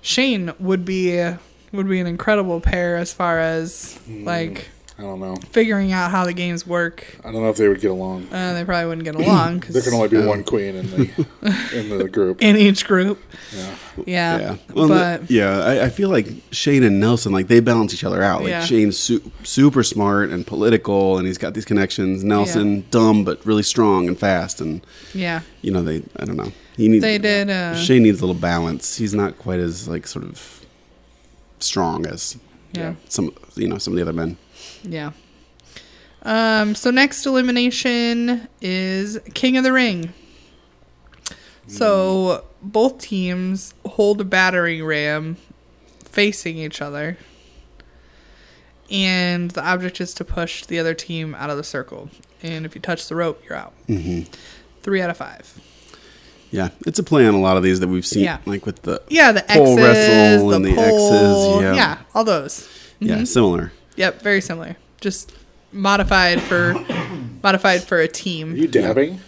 Shane would be would be an incredible pair as far as like
I don't know.
figuring out how the games work.
I don't know if they would get along.
Uh, they probably wouldn't get along
There can
because
only be one queen in the in the group.
in each group.
Yeah.
Yeah,
Yeah, well,
but
the- yeah. I, I feel like Shane and Nelson, like they balance each other out. Like
Yeah.
Shane's su- super smart and political, and he's got these connections. Nelson, dumb but really strong and fast, and
yeah,
you know they. I don't know. He needs.
They did, uh,
Shane needs a little balance. He's not quite as like sort of strong as
Yeah.
some you know some of the other men.
yeah. Um, so next elimination is King of the Ring. So both teams hold a battering ram facing each other. And the object is to push the other team out of the circle. And if you touch the rope, you're out. Mm-hmm. Three out of five.
Yeah, it's a play on a lot of these that we've seen,
Yeah.
like with the
Yeah, the X's,
pole wrestle
the
and the
pole,
X's. Yeah,
yeah. Mm-hmm. all those.
yeah, similar.
Yep, very similar. Just modified for modified for a
Are
team.
you dabbing?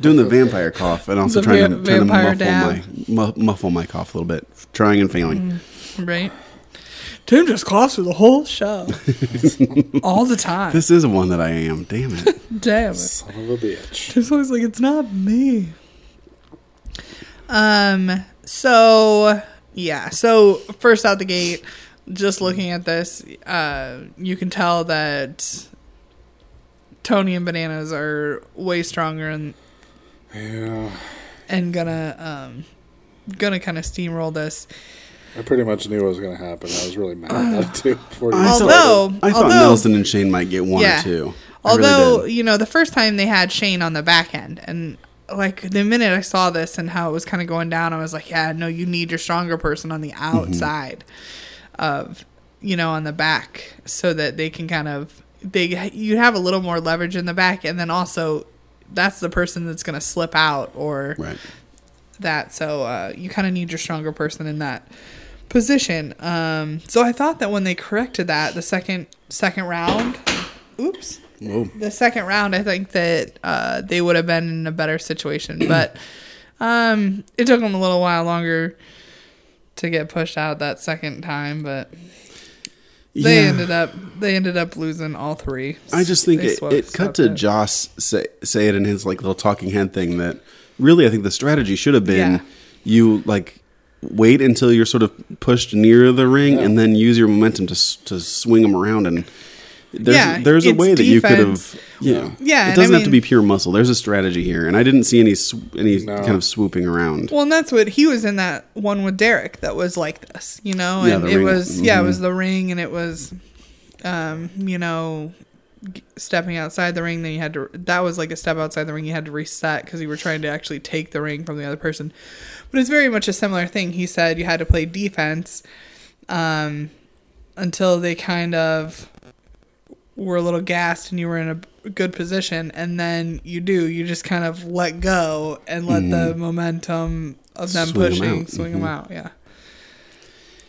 doing the vampire cough and also
The
trying
va-
to, trying to
vampire
muffle my mu- muffle my cough a little bit, trying and failing.
Mm. Right? Tim just coughs through the whole show. all the time.
This is one that I am. Damn it!
Damn it.
Son of a bitch.
Tim's always like, it's not me. Um, so yeah, so first out the gate, just looking at this, uh, you can tell that Tony and Bananas are way stronger and
Yeah.
and gonna um gonna kind of steamroll this.
I pretty much knew what was going to happen. I was really mad about it too. Before
I
you
thought-
Although-
I thought
although-
Nelson and Shane might get one
Yeah.
or two. I really
Although
did.
you know, the first time they had Shane on the back end, and like the minute I saw this and how it was kind of going down, I was like, yeah, no, you need your stronger person on the
Mm-hmm.
outside of you know on the back so that they can kind of they you have a little more leverage in the back, and then also that's the person that's going to slip out or
right,
that. So uh, you kind of need your stronger person in that position. Um, so I thought that when they corrected that the second second round, oops, the second round, I think that uh, they would have been in a better situation. But um, it took them a little while longer to get pushed out that second time, but. They
Yeah.
ended up they ended up losing all three.
I just think
They
it,
swept-
it cut
swept
to Joss say, say it in his like little talking head thing that really I think the strategy should have been
Yeah.
you like wait until you're sort of pushed near the ring and then use your momentum to s- to swing them around and there's
Yeah,
there's a
it's
way that you could
defense.
have yeah
Yeah, and I
it doesn't have to be
mean-
pure muscle there's a strategy here and I didn't see any sw- any
No.
kind of swooping around
Well, and that's what he was in that one with Derek that was like this, you know,
Yeah,
and
the
it
ring. Mm-hmm.
was yeah, it was the ring, and it was, um, you know, g- stepping outside the ring. Then you had to that was like a step outside the ring. You had to reset because you were trying to actually take the ring from the other person. But it's very much a similar thing. He said you had to play defense, um, until they kind of were a little gassed and you were in a good position and then you do you just kind of let go and let the momentum of them
Mm-hmm. Swing 'em
pushing
out.
swing them out yeah
Yeah,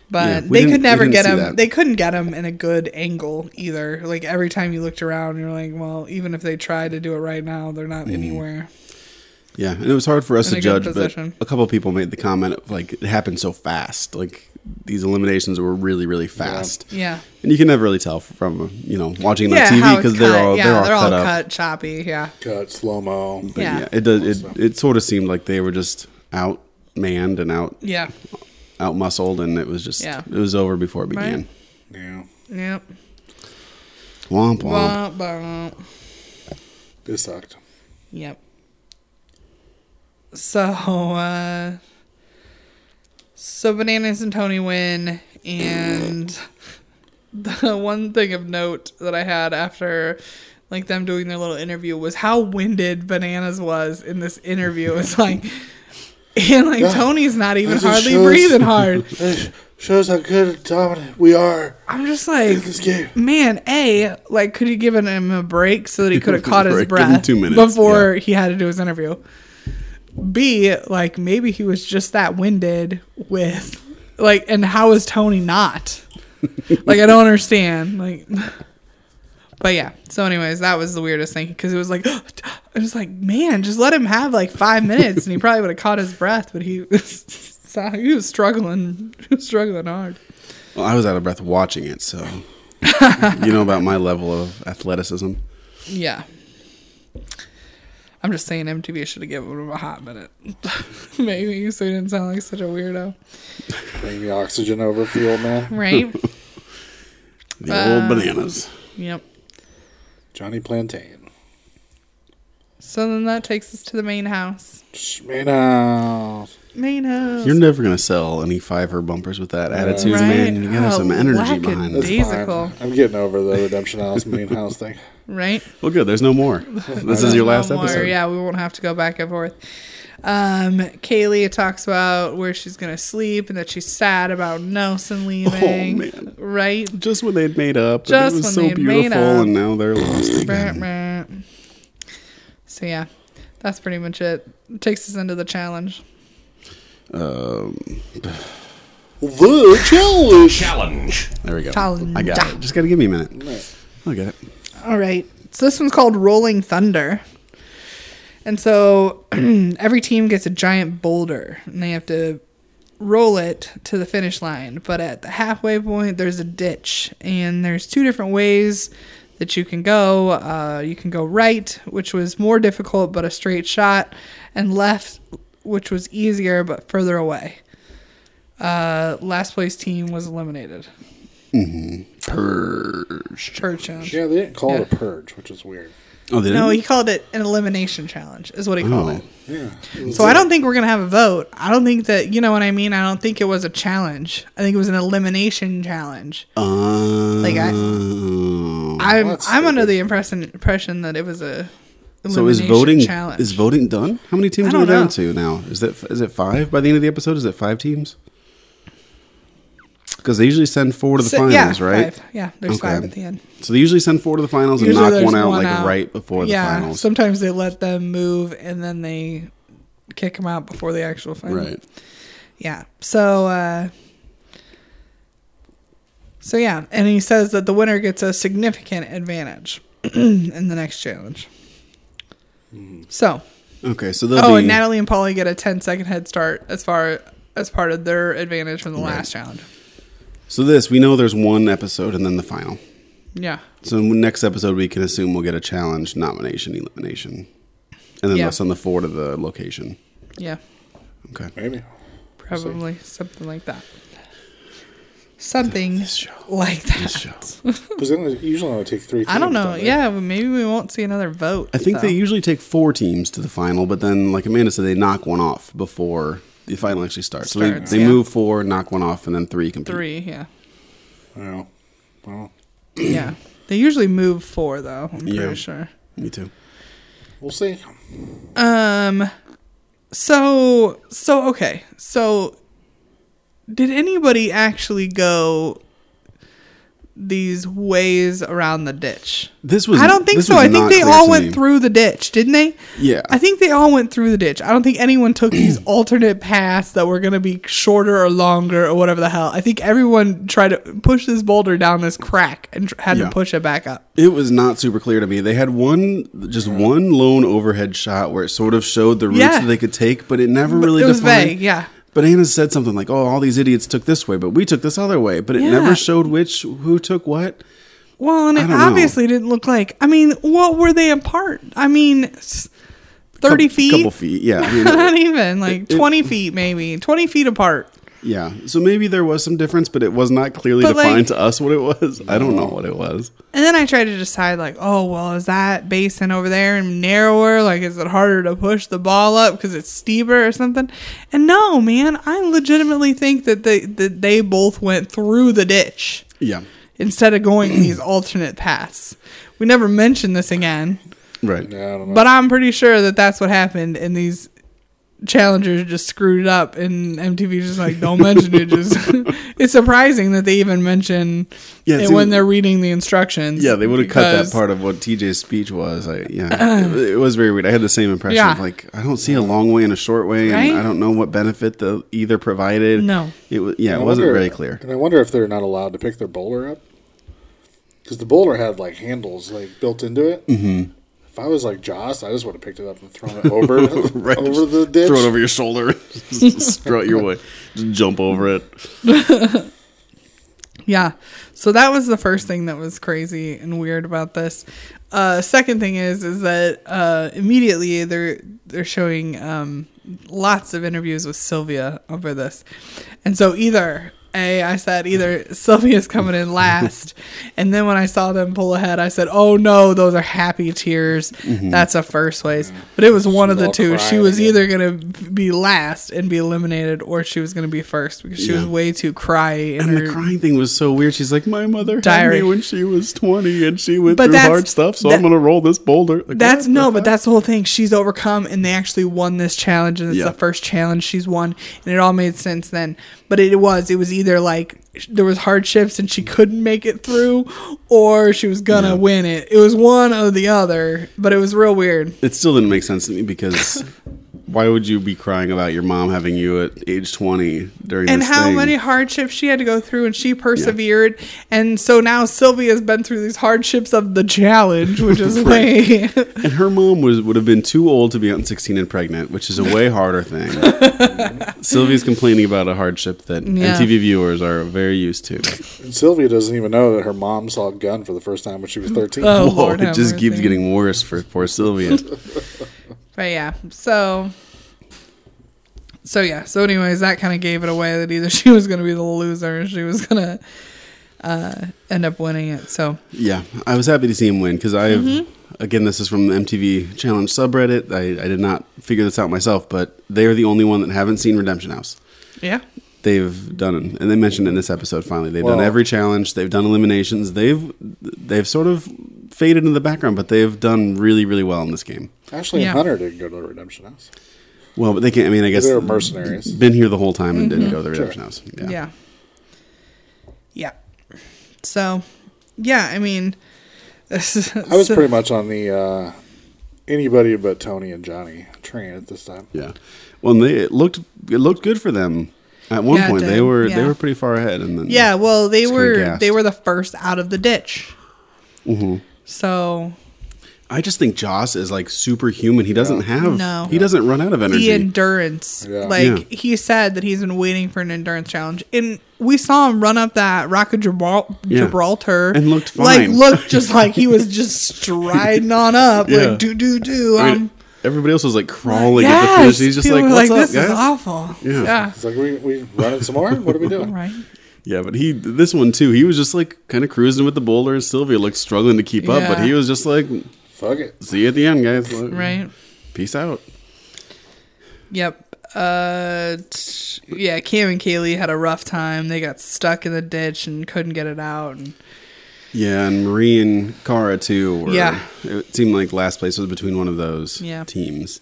but they
we didn't-
could
we
never
didn't
get
see
him
that.
they couldn't get him in a good angle either like every time you looked around you're like well even if they try to do it right now they're not
Mm-hmm.
anywhere
Yeah, and it was hard for us
In
to
a good
judge,
position.
but a couple of people made the comment of like it happened so fast. Like these eliminations were really, really fast.
yeah
And you can never really tell from you know watching it
yeah
on
how
TV
it's
because they're
cut.
all
yeah
they're all cut up.
cut choppy yeah
cut slow mo.
But
Yeah.
yeah. it does. It, it sort of seemed like they were just outmanned and out
yeah
out muscled, and it was just
Yeah.
it was over before it
Right.
began.
Yeah.
yep
Womp womp.
Wah, bah.
This sucked.
Yep. So, uh, so bananas and Tony win, and the one thing of note that I had after, like them doing their little interview was how winded bananas was in this interview. It's like, and like Tony's not even
As it
hardly
shows.
breathing hard.
This shows how good and dominant we are.
I'm just like,
This game.
man, a like, could you given him a break so that he could have caught his
Break. Give him
breath
two minutes,
before he had to do his interview? B, like, maybe he was just that winded with, like, and how is Tony not? like, I don't understand. Like, but yeah. So, anyways, that was the weirdest thing because it was like, I was like, man, just let him have like five minutes, and he probably would have caught his breath, but he. He was struggling, he was struggling hard.
Well, I was out of breath watching it, so you know about my level of athleticism.
Yeah. I'm just saying MTV should have given him a hot minute. Maybe so he didn't sound like such a weirdo.
Bring the oxygen over for the old man.
Right?
The
Uh,
old bananas.
yep.
Johnny Plantain.
So then that takes us to the main house.
Man out.
Main house.
You're never gonna sell any fiver bumpers with that attitude,
Right.
man. You gotta have some
Oh,
energy
whack
behind
it.
it.
Daisical.
I'm getting over the Redemption House main house thing.
Right?
Well, good. There's no more. This is
There's
your
no
last
more.
episode.
Yeah, we won't have to go back and forth. Um, Kaylee talks about where she's gonna sleep and that she's sad about Nelson leaving.
Oh, man.
Right?
Just when they'd made up,
Just
and it was
when
so
they'd made
beautiful,
up.
and now they're lost
Brr,
again.
brr. So yeah, that's pretty much it. Takes us into the challenge.
Um,
The challenge.
Challenge.
there we go.
Challenge.
I got it. Just gotta give me a minute. I'll get it.
All right. So this one's called Rolling Thunder. And so every team gets a giant boulder and they have to roll it to the finish line. But at the halfway point, there's a ditch, and there's two different ways that you can go. Uh, you can go right, which was more difficult but a straight shot, and left, which was easier but further away. Uh, last place team was eliminated.
Purge.
Church challenge.
Yeah, they didn't call it
Yeah.
a purge, which is weird.
Oh, they
No,
didn't?
he called it an elimination challenge, is what he called
Oh.
it. Yeah. So I don't think we're gonna have a vote. I don't think that you know what I mean. I don't think it was a challenge. I think it was an elimination challenge.
Oh, like
I-
I,
I'm
that's
I'm under
stupid.
the impression impression that it was a elimination
so is voting
challenge.
is voting done? How many
I
teams are we
don't
down
know.
to now? Is that is it five by the end of the episode? Is it five teams? Because they usually send four to the
So-
finals,
yeah,
right?
Five. Yeah, there's
Okay.
five at the end.
So they usually send four to the finals and
Usually
knock
there's
one out
one
like
out.
right before the
yeah,
finals,
sometimes they let them move and then they kick them out before the actual final.
right?
Yeah. So uh So yeah, and he says that the winner gets a significant advantage in the next challenge.
Hmm.
So,
Okay, so they'll
oh,
be
and Natalie and Polly get a 10 second head start as far as part of their advantage from the last challenge.
so this we know there's one episode and then the final.
Yeah.
So next episode we can assume we'll get a challenge, nomination, elimination, and then
Yeah.
they'll send the four to the location.
Yeah.
Okay.
Maybe.
Probably something like that. Something like
This
that.
show.
Because they only- usually only take three.
I don't
teams,
know.
they?
Yeah, but maybe we won't see another vote.
I think
though.
they usually take four teams to the final, but then, like Amanda said, they knock one off before the final actually starts. so
Starts,
they, they
yeah.
move four, knock one off, and then three complete.
three, yeah.
Well, well,
yeah. They usually move four though, I'm pretty
Yeah.
sure.
Me too.
we'll see.
Um so so okay. So did anybody actually go these ways around the ditch?
This was.
I don't think
this
so.
was
I think
not
they
clear
all
to
went
me.
through the ditch, didn't they?
Yeah.
I think they all went through the ditch. I don't think anyone took these alternate paths that were going to be shorter or longer or whatever the hell. I think everyone tried to push this boulder down this crack and tr- had
Yeah.
to push it back up.
It was not super clear to me. They had one, just one lone overhead shot where it sort of showed the routes
Yeah.
that they could take, but it never really
it was
defined.
vague, yeah.
But Anna said something like, "Oh, all these idiots took this way, but we took this other way." But it
Yeah.
never showed which who took what.
Well, and
I
it
don't know.
obviously didn't look like. I mean, what were they apart? I mean, s- thirty
Coup-
feet.
couple feet. Yeah, I mean,
Not even like
it-
twenty feet, maybe twenty feet apart.
Yeah. So maybe there was some difference, but it was not clearly
But,
defined
like-
to us what it was. I don't know what it was.
And then I tried to decide, like, oh well, is that basin over there and narrower? Like, is it harder to push the ball up because it's steeper or something? And no, man, I legitimately think that they that they both went through the ditch
Yeah.
instead of going these alternate paths. We never mentioned this again.
Right.
Yeah, I don't know.
But I'm pretty sure that that's what happened, and these challengers just screwed it up, and MTV's just like, don't mention it. Just it's surprising that they even mention
Yeah,
it
see-
when they're reading the instructions.
Yeah, they would have cut that
because- Uh.
part of what TJ's speech was. I, yeah, it, it was very weird. I had the same impression of
Yeah.
like I don't see a long way and a short way, and
Right?
I don't know what benefit the either provided.
No.
it was yeah, it
I
wasn't
wonder- uh,
very clear.
And I wonder if they're not allowed to pick their bowler up because the bowler had like handles like built into it. Mm-hmm. If I was like Joss, I just would have picked it up and thrown it over
Right,
over
just
the ditch.
throw it over your shoulder, just strut your way, just jump over it.
Yeah. So that was the first thing that was crazy and weird about this. Uh, second thing is is that uh, immediately they're they're showing um, lots of interviews with Sylvia over this, and so either a I said either Sylvia's coming in last, and then when I saw them pull ahead, I said, "Oh no, those are happy tears. That's a first place." But it was one of the
all
two. She
crying
was
again.
either gonna be last and be eliminated, or she was gonna be first because she was
Yeah.
way too cryy. in
And the
her-
crying thing was so weird. She's like, my mother
Diary.
had me when she was 20 and she went
But
through
that's-
hard stuff, so
that-
I'm going to roll this boulder. Like,
That's
what
no,
the
but that's the whole thing. She's overcome, and they actually won this challenge, and it's
Yeah.
the first challenge she's won, and it all made sense then. But it was, it was either like sh- there was hardships and she couldn't make it through, or she was gonna
Yeah.
win it. It was one or the other, but it was real weird.
It still didn't make sense to me because why would you be crying about your mom having you at age 20 during
And
this
how
thing?
many hardships she had to go through, and she persevered, and so now Sylvia's been through these hardships of the challenge, which is way.
And her mom was would have been too old to be out in 16 and pregnant, which is a way harder thing. Sylvia's complaining about a hardship that
Yeah.
MTV viewers are very used to.
And Sylvia doesn't even know that her mom saw a gun for the first time when she was 13.
Oh,
Whoa,
Lord
it
have
just keeps
mercy.
getting worse for poor Sylvia.
But yeah, so so yeah, so anyways, that kind of gave it away that either she was gonna be the loser or she was gonna uh, end up winning it. So
yeah, I was happy to see him win because I've
Mm-hmm.
again this is from the MTV Challenge subreddit. I, I did not figure this out myself, but they are the only one that haven't seen Redemption House.
yeah,
they've done and they mentioned it in this episode finally they've
Well-
done every challenge they've done eliminations they've they've sort of faded into the background but they've done really really well in this game
Ashley
Yeah.
and Hunter didn't go to the Redemption House.
well but they can't i mean i guess
They were mercenaries.
been here the whole time and didn't go to the redemption house
yeah, Mm-hmm. yeah, So yeah, I mean, this is-
I was pretty much on the uh, anybody but Tony and Johnny train at this time.
yeah well and they it looked it looked good for them at one
Yeah, it
point they
did.
were they
Yeah.
were pretty far ahead and then
yeah. Well, they
Just kinda
were
gassed.
they were the first out of the ditch.
Mm-hmm.
So
i just think joss is like superhuman he doesn't have
No.
he doesn't run out of energy
the endurance.
Yeah.
Like
Yeah.
he said that he's been waiting for an endurance challenge, and we saw him run up that rock of Gibral-
Yeah.
Gibraltar
And looked
Like
fine.
looked just like he was just striding on up,
Yeah.
like do do do.
I mean,
Um,
everybody else was like crawling at the
yes,
finish he's just
people
like
were this
what's up guys?
is awful.
Yeah.
It's like we we running some more. What are we doing?
right.
Yeah, but he this one too. He was just like kind of cruising with the boulder, and Sylvia looked struggling to keep up. But
Yeah.
he was just like,
Fuck it.
"See you at the end, guys.
Right.
Peace out."
Yep. Uh, t- yeah. Cam and Kaylee had a rough time. They got stuck in the ditch and couldn't get it out. And
Yeah, and Marie and Kara too. Were,
Yeah.
it seemed like last place was between one of those
Yeah.
teams.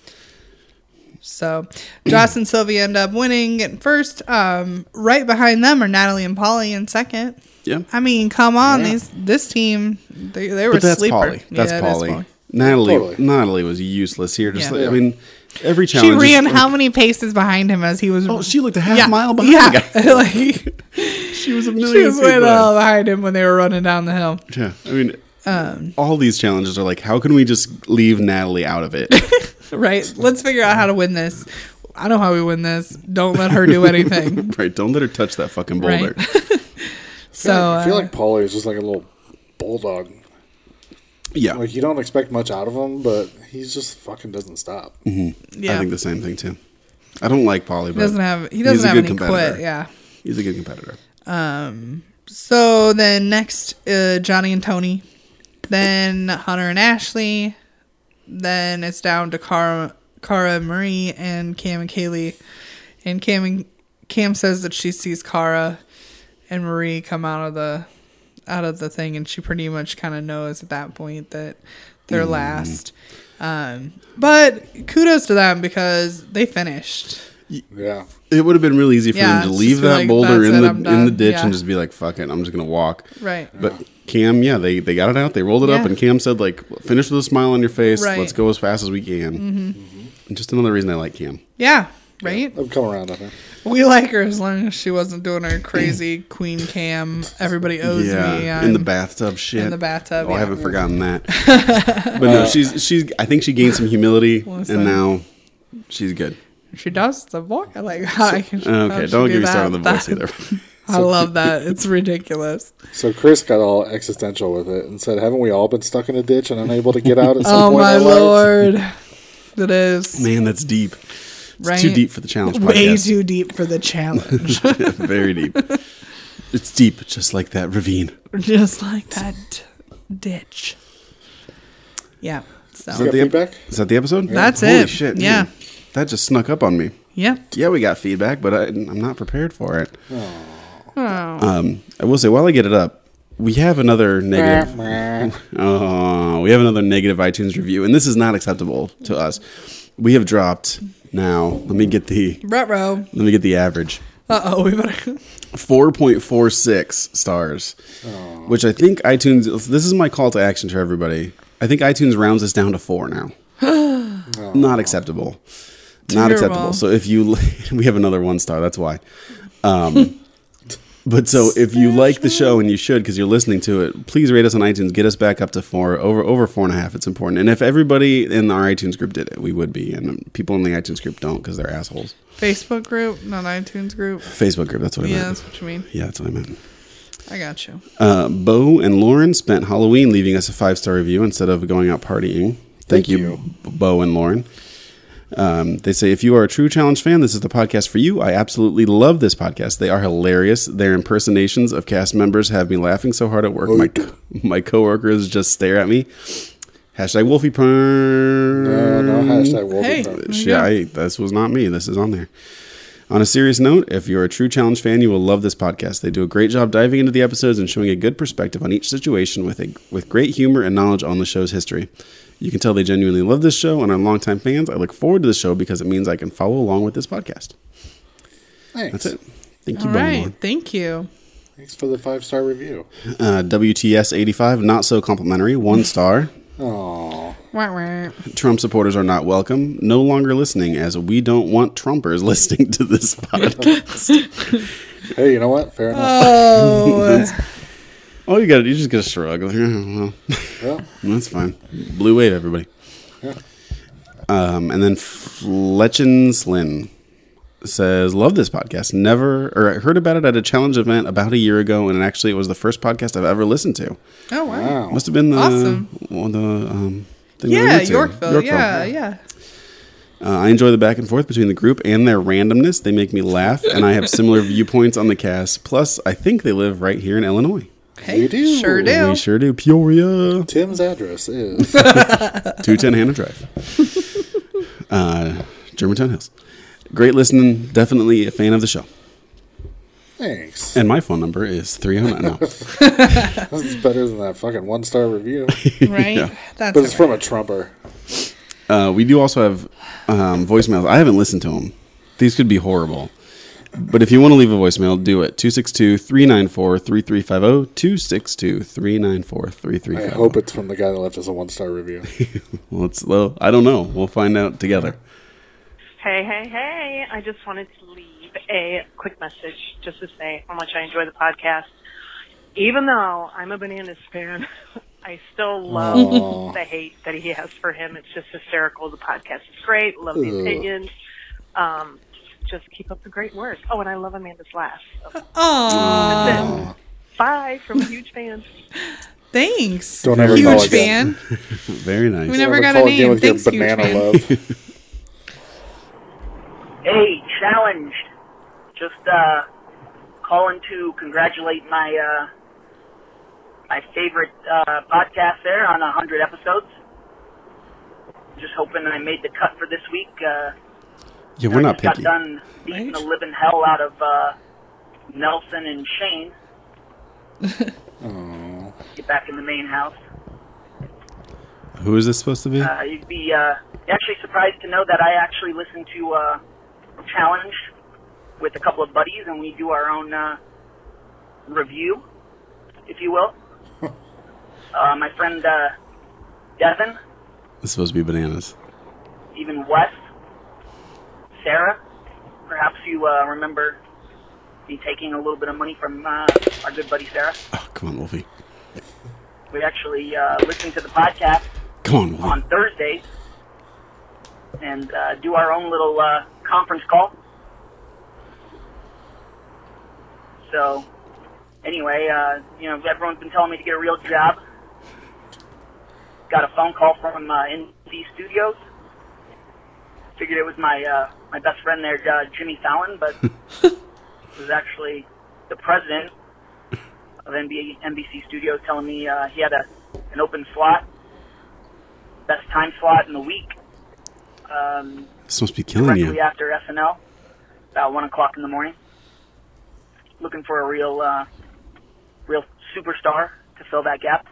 So Joss and Sylvia end up winning at first. Um, right behind them are Natalie and Polly in second.
Yeah,
I mean, come on,
Yeah.
these this team they they were
but that's
sleeper.
Polly. That's
Yeah, it is
Polly. Natalie,
Totally.
Natalie was useless here. Just
Yeah.
like, I mean, every
She
challenge. is
ran
like-
how many paces behind him as he was?
Oh, she looked a half mile behind.
Yeah,
the guy.
like she
she was a million.
was
feet
way the
behind.
hell behind him when they were running down the hill.
Yeah, I mean,
Um,
all these challenges are like, how can we just leave Natalie out of it?
Right? Let's figure out how to win this. I know how we win this. Don't let her do anything.
right? Don't let her touch that fucking boulder.
right? so
I feel
uh,
like Paulie is just like a little bulldog.
Yeah,
Like you don't expect much out of him, but he just fucking doesn't stop.
yeah,
I think the same thing too. I don't like Polly, but
doesn't have he
he's
doesn't
a
have
good
any
competitor.
quit. Yeah.
he's a good competitor.
So then next, uh, Johnny and Tony, then Hunter and Ashley, then it's down to Cara, Cara and Marie, and Cam and Kaylee. And Cam and Cam says that she sees Cara and Marie come out of the out of the thing, and she pretty much kind of knows at that point that they're last. Um, but kudos to them because they finished. Mm-hmm.
Yeah.
It would have been really easy for
Yeah,
them to
just
leave
be
that
like,
boulder
"That's
in
it,
the
I'm
in the
done."
ditch
Yeah.
and just be like, "Fuck it, I'm just gonna walk."
Right.
But Cam, yeah, they they got it out. They rolled it up,
Yeah.
and Cam said, "Like, finish with a smile on your face.
Right. Mm-hmm.
Let's go as fast as we can." And just another reason I like Cam.
Yeah. Right.
I've come around on her.
We like her as long as she wasn't doing her crazy queen cam. Everybody owes me.
yeah,
I'm-
in the bathtub shit.
the bathtub,
Oh, I
yeah.
haven't forgotten that. but no, she's she's. I think she gained some humility,
Listen.
and now she's good.
She does the voice. Like, how I can,
Okay,
how she
don't get me
that-
started on the voice
that-
either.
I love that. It's ridiculous.
So Chris got all existential with it and said, "Haven't we all been stuck in a ditch and unable to get out at some
Oh
point?"
my
in our lives?"
lord. That is
Man, that's deep. It's
Right?
too deep for the challenge podcast.
way too deep for the challenge.
Very deep. It's deep, just like that ravine.
Just like that ditch. Yeah.
You
So
got
The ep-
feedback?
Is that the episode?
That's
Holy
it.
shit. dude.
Yeah.
That just snuck up on me.
yeah.
Yeah, we got feedback, but I, I'm not prepared for it.
Oh,
Um, I will say, while I get it up, we have another negative. Oh, we have another negative iTunes review, and this is not acceptable to us. We have dropped now. Let me get the
Rut row.
let me get the average.
Uh oh, we better
Four point four six stars, which I think iTunes. This is my call to action to everybody. I think iTunes rounds us down to four now. Not acceptable. Not acceptable.
Terrible.
So if you, we have another one star. That's why. Um, but so if you like the show and you should because you're listening to it, please rate us on iTunes. Get us back up to four over over four and a half. It's important. And if everybody in our iTunes group did it, we would be. And people in the iTunes group don't because they're assholes.
Facebook group, not iTunes group.
Facebook group. That's what I
Yeah,
meant.
that's what you mean.
Yeah, that's what I meant.
I got you.
Uh, Bo and Lauren spent Halloween leaving us a five star review instead of going out partying. Thank, you, B- Bo and Lauren. Um, they say, if you are a true challenge fan, this is the podcast for you. I absolutely love this podcast. They are hilarious. Their impersonations of cast members have me laughing so hard at work. My, my coworkers just stare at me. Hashtag Wolfie Pern.
No, Uh, no hashtag Wolverine.
Mm, Hey.
Shit, I, this was not me. This is on there. On a serious note, if you're a true challenge fan, you will love this podcast. They do a great job diving into the episodes and showing a good perspective on each situation with a, with great humor and knowledge on the show's history. You can tell they genuinely love this show and are longtime fans. I look forward to the show because it means I can follow along with this podcast.
Thanks.
That's it. Thank you,
All
Bone
right.
Lord.
Thank you.
Thanks for the five star review.
Uh, WTS eighty five, not so complimentary, one star.
Aww.
Wah, wah.
Trump supporters are not welcome. No longer listening, as we don't want Trumpers listening to this podcast.
Hey, you know what? Fair
Uh,
enough.
Oh,
Oh, you got to You just got to shrug. Like, "Yeah, well,
Well,
that's fine. Blue wave, everybody. Um, and then Fletchen Slynn says, "Love this podcast. Never or I heard about it at a challenge event about a year ago, and actually, it was the first podcast I've ever listened to.
oh wow.
wow.
Must have been the
Awesome.
well, the um, thing that we
Yeah,
went to.
Yorkville. Yeah, yeah.
Uh, I enjoy the back and forth between the group and their randomness. They make me laugh, and I have similar viewpoints on the cast. Plus, I think they live right here in Illinois.
Hey,
We do.
sure do.
We sure do. Peoria.
Tim's address is
210 Hannah Drive. uh, Germantown Hills. Great listening. Definitely a fan of the show.
thanks.
And my phone number is 309. No.
That's better than that fucking one star review.
right? That's
But it's
all
from a Trumper.
Uh, we do also have um, voicemails. I haven't listened to them. These could be horrible. But if you want to leave a voicemail, do it. 262 394 3350. 262 394
I
3350.
hope it's from the guy that left us a one star review.
Let's, oh. well, I don't know. We'll find out together.
Hey, hey, hey. I just wanted to leave a quick message just to say how much I enjoy the podcast. Even though I'm a Bananas fan, I still love
Aw.
the hate that he has for him. It's just hysterical. The podcast is great. Love the
Ugh.
opinions. Um, just keep up the great work. Oh, and I love Amanda's laugh. So,
Aw,
bye from a huge fan.
thanks.
Don't ever call
Huge
again.
fan.
Very nice.
We never
Never
got a
call again
name.
with your
Thanks, huge
banana
fan.
love.
Hey, challenged. Just uh, calling to congratulate my uh, my favorite uh, podcast there on a hundred episodes. Just hoping I made the cut for this week. Uh,
yeah, we're
I
not
just got
picky.
done beating
Right.
the living hell out of uh, Nelson and Shane. Get back in the main house.
Who is this supposed to be?
Uh, you'd be uh, actually surprised to know that I actually listen to uh, Challenge with a couple of buddies, and we do our own uh, review, if you will. uh, my friend uh, Devin,
It's supposed to be bananas.
even Wes, Sarah. Perhaps you uh, remember me taking a little bit of money from uh, our good buddy Sarah.
Oh, come on, Wolfie.
We actually uh, listen to the podcast
Come on, Wolfie.
on Thursdays and uh, do our own little uh, conference call. So, anyway, uh, you know, everyone's been telling me to get a real job. Got a phone call from uh, NC Studios. Figured it was my uh, my best friend there, uh, Jimmy Fallon, but it was actually the president of NBA, NBC Studios telling me uh, he had a, an open slot, best time slot in the week. Um,
This must be killing
directly
you.
after SNL, about one o'clock in the morning. Looking for a real, uh, real superstar to fill that gap.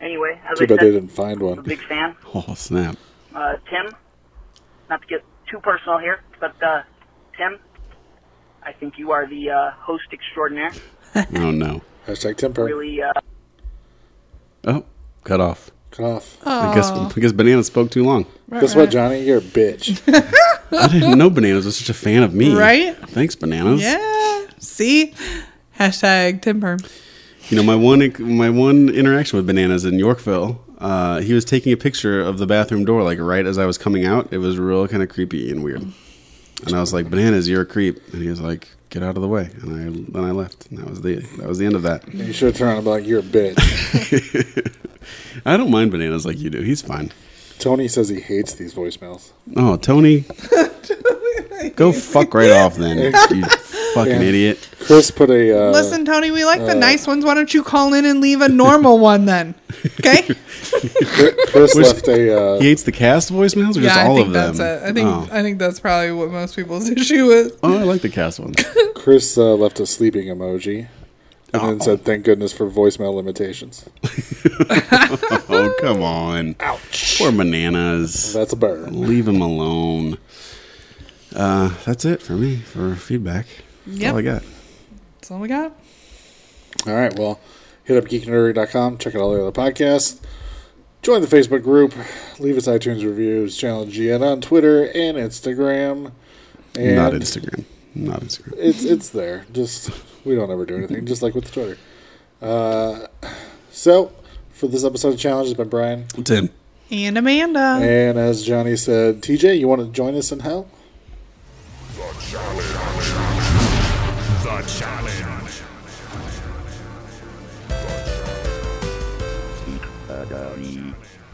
Anyway, as
Too
I
bad
said,
they didn't find
I'm a
one.
big fan.
Oh snap!
Uh, Tim, not to get too personal here, but uh, Tim, I think you are the uh, host extraordinaire.
Oh no!
Hashtag temper.
Really, uh,
Oh, cut off.
Cut off.
Oh,
I guess I guess banana spoke too long.
Guess what, Johnny? You're a bitch.
I didn't know bananas was such a fan of me.
Right?
Thanks, bananas.
Yeah. See? Hashtag Timber.
Uh,
You know my one my one interaction with bananas in Yorkville. Uh, he was taking a picture of the bathroom door, like right as I was coming out. It was real kind of creepy and weird. And I was like, "Bananas, you're a creep." And he was like, "Get out of the way." And I then I left. And that was the that was the end of that.
You should turn around and be like, you're a bitch.
I don't mind bananas like you do. He's fine.
Tony says he hates these voicemails.
Oh, Tony, go fuck right off then, you fucking
Yeah.
idiot.
Chris put a. Uh,
Listen, Tony, we like the nice ones. Why don't you call in and leave a normal one then? Okay?
Chris left a. Uh,
He hates the cast voicemails or just
yeah,
all
I think
of them?
that's it. I think
Oh.
I think that's probably what most people's issue is.
Oh, I like the cast one.
Chris uh, left a sleeping emoji. And then said, "Thank goodness for voicemail limitations."
Oh, come on. Ouch. Poor bananas.
That's a burn.
Leave him alone. Uh, that's it for me for feedback. That's
Yep.
all I got.
That's all we got.
All right, well, hit up geeknerdery.com, check out all the other podcasts, join the Facebook group, leave us iTunes reviews, channel GN on Twitter and Instagram. And
Not Instagram. Not Instagram.
it's it's there. Just we don't ever do anything, just like with the Twitter. Uh, so for this episode of Challenge, it's been Brian,
Tim.
And Amanda.
and as Johnny said, TJ, you want to join us in hell?
The challenge. The challenge. The challenge.